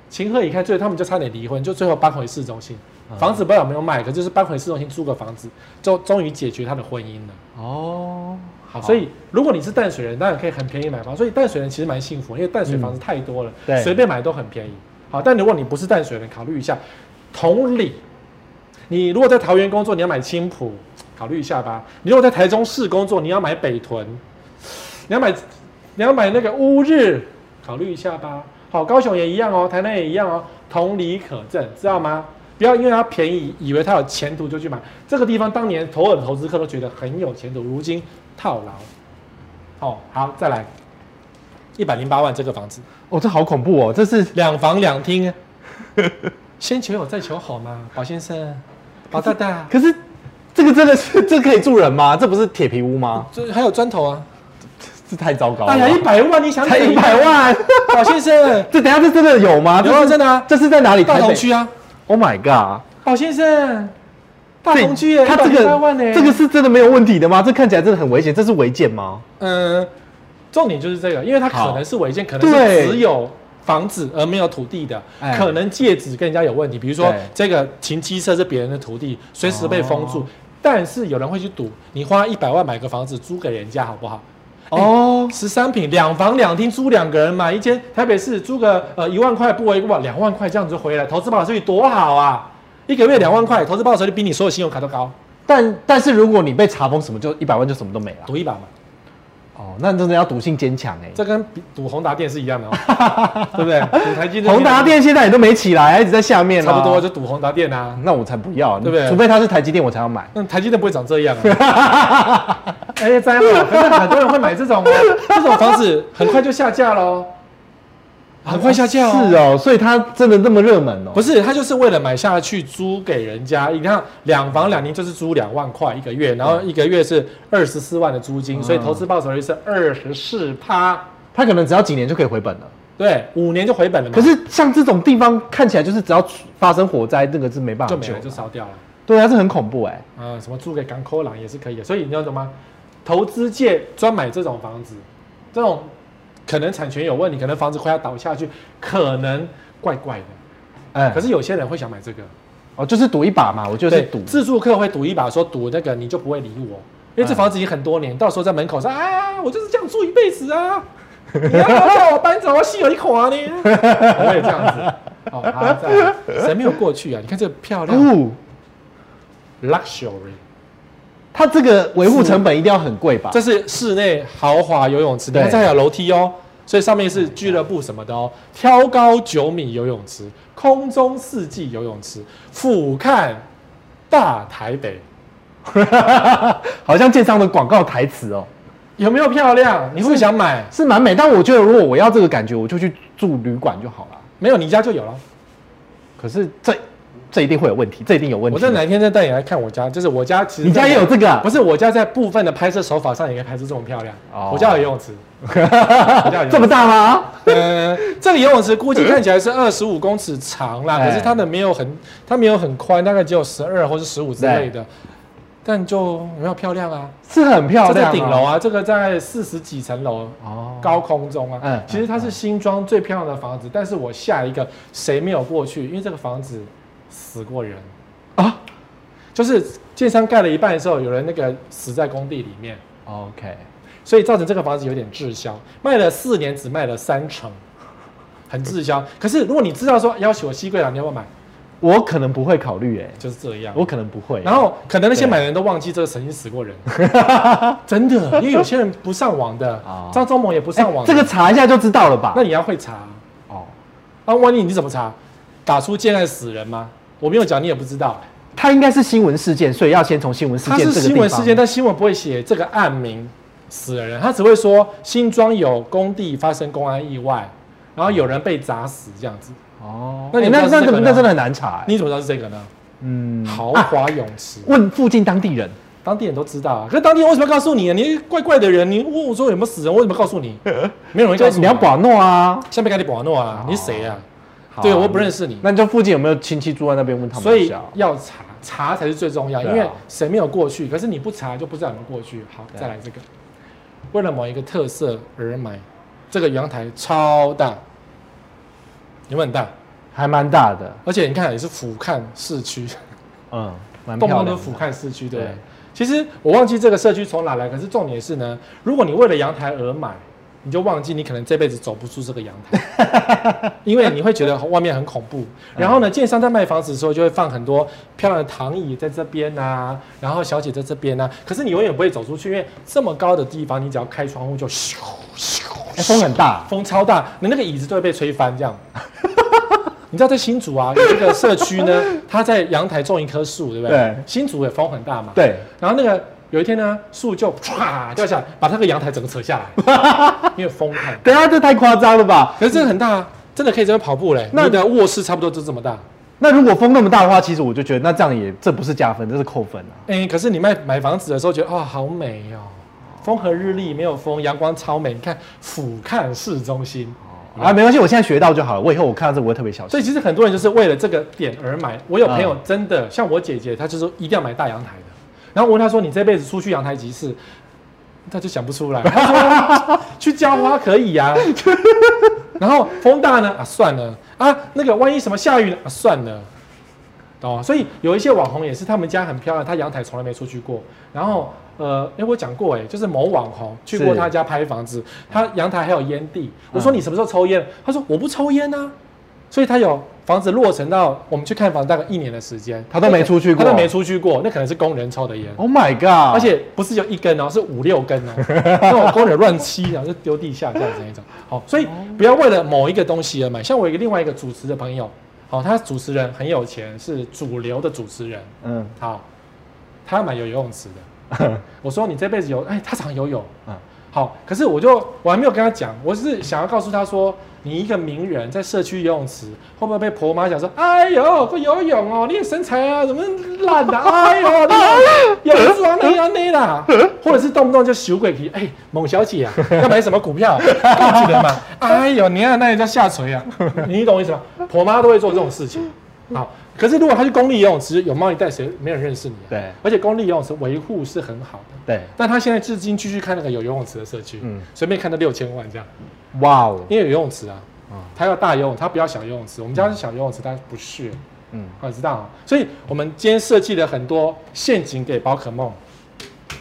情何以堪？最后他们就差点离婚，就最后搬回市中心。
嗯
房子不知道有没有卖，可就是搬回市中心租个房子，就终于解决他的婚姻了。
哦，好
所以如果你是淡水人，当然可以很便宜买房。所以淡水人其实蛮幸福，因为淡水房子太多了，
对
随便买都很便宜。好，但如果你不是淡水人，考虑一下。同理，你如果在桃园工作，你要买青浦，考虑一下吧。你如果在台中市工作，你要买北屯，你要买你要买那个乌日，考虑一下吧。好，高雄也一样哦，台南也一样哦，同理可证，知道吗？不要因为它便宜，以为它有前途就去买。这个地方当年投尔投资客都觉得很有前途，如今套牢。哦，好，再来，一百零八万这个房子，
哦，这好恐怖哦，这是
两房两厅，啊 先求有再求好嘛，宝先生，宝大大，
可是这个真的是这可以住人吗？这不是铁皮屋吗？
这还有砖头啊！
这太糟糕了吧。
哎呀，一百万你想
哦才
怎
一
样
百，万，
宝先生，
这等一下这真的有吗？
有啊真的啊
这是在哪里？
大
台
同
北
区啊，
Oh my god！
宝先生，大同区
这
耶，
它这
180万
个
耶
这个是真的没有问题的吗？这看起来真的很危险，这是违建吗？
嗯，重点就是这个，因为它可能是违建，可能
对
是只有房子而没有土地的
哎，
可能戒指跟人家有问题，比如说
对
这个停机车是别人的土地，随时被封
哦
住。但是有人会去赌，你花一百万买个房子租给人家好不好？
哦，
十三平两房两厅租两个人买一间，台北市租个呃一万块不为过，两万块这样子就回来，投资报酬率多好啊！一个月两万块，投资报酬率比你所有信用卡都高，
但但是如果你被查封什么，就一百万就什么都没了。
赌一把嘛。
哦，那真的要赌性坚强哎。
这跟比赌宏达电是一样的、哦， 对不对？赌台积电、
哎
啊
宏达电现在也都没起来，一直在下面、啊。
差不多就赌宏达电啊。
那我才不要，
对不对
除非它是台积电，我才要买。
那台积电不会长这样啊！ 而且这样好，可是很多人会买这种、哦， 这种房子很快就下架喽，很快下架哦。
是哦，所以它真的那么热门哦？
不
是，
是，他就是为了买下去租给人家。你看，两房两年就是租两万块一个月，然后一个月是二十四万的租金，所以投资报酬率是二十四趴。
它可能只要几年就可以回本了。
对，五年就回本了嘛。
可是像这种地方看起来就是只要发生火灾，那个是没办法
就没
救
了，
的
就烧掉了。
对啊，这很恐怖哎、
呃，什么租给港口郎也是可以的。所以你要懂吗？投资界专买这种房子，这种可能产权有问题，可能房子快要倒下去，可能怪怪的。
哎、
可是有些人会想买这个，
哦，就是赌一把嘛，我就是
对
赌。
自助客会赌一把，说赌那个你就不会理我，因为这
嗯
房子已经很多年，到时候在门口说啊，我就是这样住一辈子啊，你要不要叫我搬走，我心有一垮呢， 我也这样子。哦，好，再来谁没有过去啊？你看这个漂亮
哦，
luxury，
它这个维护成本一定要很贵吧？
这是室内豪华游泳池，你看
对
这还有楼梯哦，所以上面是俱乐部什么的哦，挑高九米游泳池，空中四季游泳池，俯瞰大台北，
好像建商的广告台词哦，
有没有漂亮？你会不会想买？
是蛮美。但我觉得如果我要这个感觉，我就去住旅馆就好了。
没有，你家就有了。
可是这这一定会有问题，这一定有问题。
我在哪天再带你来看我家，就是我家其实
你家也有这个啊
不是我家在部分的拍摄手法上也可以拍出这么漂亮。
哦
我家有游 泳池，我家有游泳池
这么大吗？
呃，这个游泳池估计看起来是二十五公尺长啦，
哎
可是它的没有很，它没有很宽，大概只有十二或是十五之类的。但就有没有漂亮啊？
是很漂
这在
亮、
顶楼。啊，这个在四十几层楼，
哦，
高空中啊。
嗯
其实它是新庄最漂亮的房子，但是我下一个谁没有过去？因为这个房子死过人
啊，
就是建商盖了一半的时候，有人那个死在工地里面，
OK，
所以造成这个房子有点滞销，卖了四年只卖了三成，很滞销。可是如果你知道说要求西贵郎，你要不要买？
我可能不会考虑哎、
就是这样。
我可能不会、欸
然后可能那些买的人都忘记这个曾经死 过人，真的，因为有些人不上网的
哦，
张忠谋也不
哎
上网的、
这个查一下就知道了吧？
那你要会查
哦，
啊，万一你怎么查？打出建案死人吗？我没有讲，你也不知道。
它应该是新闻事件，所以要先从新闻事
它
件
是
这个
新闻
地方
事件，但新闻不会写这个案名死了人，他只会说新庄有工地发生公安意外，然后有人被砸死这样子。
哦，
那
那
你
你
不知道
那那
是这个
那
呢
那真的很难查、欸。
你怎么知道是这个呢？
嗯，啊
豪华泳池，
问附近当地人，
当地人都知道啊。可是当地人为什么要告诉你啊？你怪怪的人，你问我说有没有死人，我怎么告诉 你？没有人会告
就
诉
你要保哦诺啊。
下面给你保诺啊
好，
你谁啊？
好啊
对，我不认识你，
那你就附近有没有亲戚住在那边？问他们
所
一
以
下。哦
要查，查才是最重要，
对啊
因为谁没有过去？可是你不查就不知道有没有过去。好，
对啊
再来这个，为了某一个特色而买，这个阳台超大，有没有很大？
还蛮大的，
而且你看也是俯瞰市区。
嗯，蛮
动不
漂
动都
亮
俯
的。
瞰市区，对不对
对？
其实我忘记这个社区从哪来，可是重点是呢，如果你为了阳台而买，你就忘记你可能这辈子走不出这个阳台， 因为你会觉得外面很恐
嗯
怖。然后呢，建商在卖房子的时候就会放很多漂亮的躺椅在这边啊，然后小姐在这边啊，可是你永远不会走出去，因为这么高的地方，你只要开窗户就咻咻
哎风很大，
风超大，你那个椅子都会被吹翻 这样。你知道在新竹啊，有一个社区呢，它在阳台种一棵树，对不对？
对
新竹也风很大嘛。。
对，
然后那个有一天呢，树就唰掉下来，把那个阳台整个扯下来， 因为风太大。
等一下这太夸张了吧？
可是这个很大，啊，真的可以这边跑步嘞。
那
那的卧室差不多就这么大。
那如果风那么大的话，其实我就觉得那这样也这不是加分，这是扣分啊。
哎、可是你卖买房子的时候觉得哦，好美哦，风和日丽，没有风，阳光超美。你看俯瞰市中心。
啊，没关系，我现在学到就好了。我以后我看到这我会特别小
嗯所
心。
以其实很多人就是为了这个点而买。我有朋友真的、像我姐姐，她就说一定要买大阳台的。然后我问她说：“你这辈子出去阳台几次？”她就想不出来。她说去浇花可以呀、然后风大呢啊算了啊，那个万一什么下雨呢啊算了。哦，所以有一些网红也是，他们家很漂亮，他阳台从来没出去过。然后，呃，哎、我讲过、哎，就是某网红去过
是
他家拍房子，他阳台还有烟蒂。我说你什么时候抽烟？他说我不抽烟啊。所以他有房子落成到我们去看房大概一年的时间，
他都没 出去过
他都没出去过，那哦可能是工人抽的烟。
Oh my god！
而且不是就一根哦，是五六根哦， 那种工人乱吸，然后就丢地下这样子那种。好，所以不要为了某一个东西而买。像我一个另外一个主持的朋友，好、他主持人很有钱，是主流的主持人，
嗯
好，他要买有游泳池的。 我说你这辈子游，哎，他常游泳，
啊
好，可是我就我还没有跟他讲，我是想要告诉他说，你一个名人在社区游泳池，会不会被婆妈讲说，哎呦，会游泳哦，你的身材啊怎么烂的、哎呦，你有一双那样那啦，或者是动不动就修鬼皮，哎，某小姐啊，要买什么股票，告诉人嘛，哎呦，你看那人家下垂啊，你懂我意思吗？婆妈都会做这种事情。好，可是如果他去公立游泳池有猫一带水，没有人认识你、啊。
对
而且公立游泳池维护是很好的。
对，
但他现在至今继续看那个有游泳池的社区，
嗯
随便看到六千万这样，
哇哦，
因为有游泳池啊
嗯，
他要大游泳，他不要小游泳池。我们家是小游泳池，但是不是，
嗯，
我知道。所以我们今天设计了很多陷阱给宝可梦，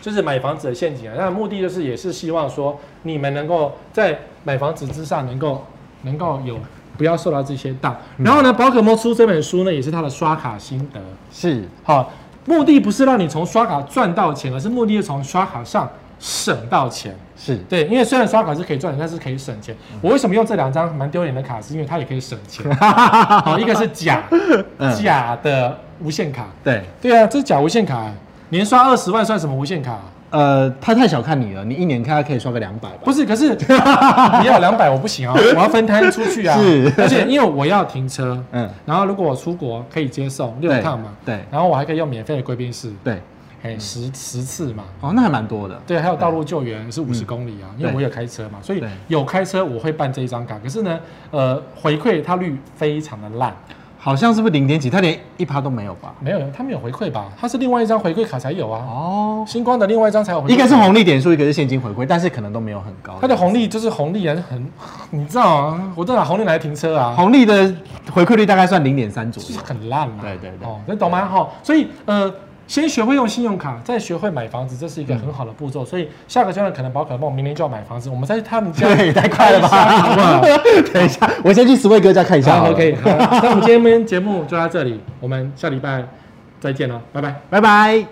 就是买房子的陷阱啊。那目的就是也是希望说你们能够在买房子之上能够能够有
嗯
不要受到这些当。然后呢，宝可梦出这本书呢，也是他的刷卡心得。
是
好，目的不是让你从刷卡赚到钱，而是目的是从刷卡上省到钱。
是，
对，因为虽然刷卡是可以赚钱，但是可以省钱。
嗯
我为什么用这两张蛮丢脸的卡？是因为它也可以省 钱。好，一个是假
嗯
假的无限卡，
对，
对啊，这是假无限卡、年刷二十万算什么无限卡、
呃，他太小看你了，你一年看他可以刷个两百吧？
不是，可 是你要两百，我不行啊，我要分摊出去啊。
是
而且因为我要停车，
嗯，
然后如果我出国可以接受六
对
趟嘛，
对
然后我还可以用免费的贵宾室，
对，
哎，十十次嘛，
哦，那还蛮多的，
对，还有道路救援是五十公里啊，因为
嗯对
我有开车嘛，所以
对
有开车我会办这一张卡。可是呢，呃，回馈它率非常的烂，
好像是不是零点几？他连一趴都没有吧？
没有，他没有回馈吧？它是另外一张回馈卡才有啊，
哦，
星光的另外一张才有回馈。
一个是，红利点数，一个是现金回馈，但是可能都没有很高。
它的红利就是红利啊，很， 你知道啊，我都拿红利来停车啊，
红利的回馈率大概算零点三左
就是
右。
很烂嘛、
对对对
哦，你懂吗？哈、所以呃，先学会用信用卡，再学会买房子，这是一个
嗯
很好的步骤。所以下个阶段可能宝可梦明年就要买房子，我们再去他们家
对，太快
看
了
一下好不好
吧？等一下，我先去十位哥家看一下好
好
了。
，OK，好，那我们今天节目就到这里，我们下礼拜再见了，拜拜。
拜拜。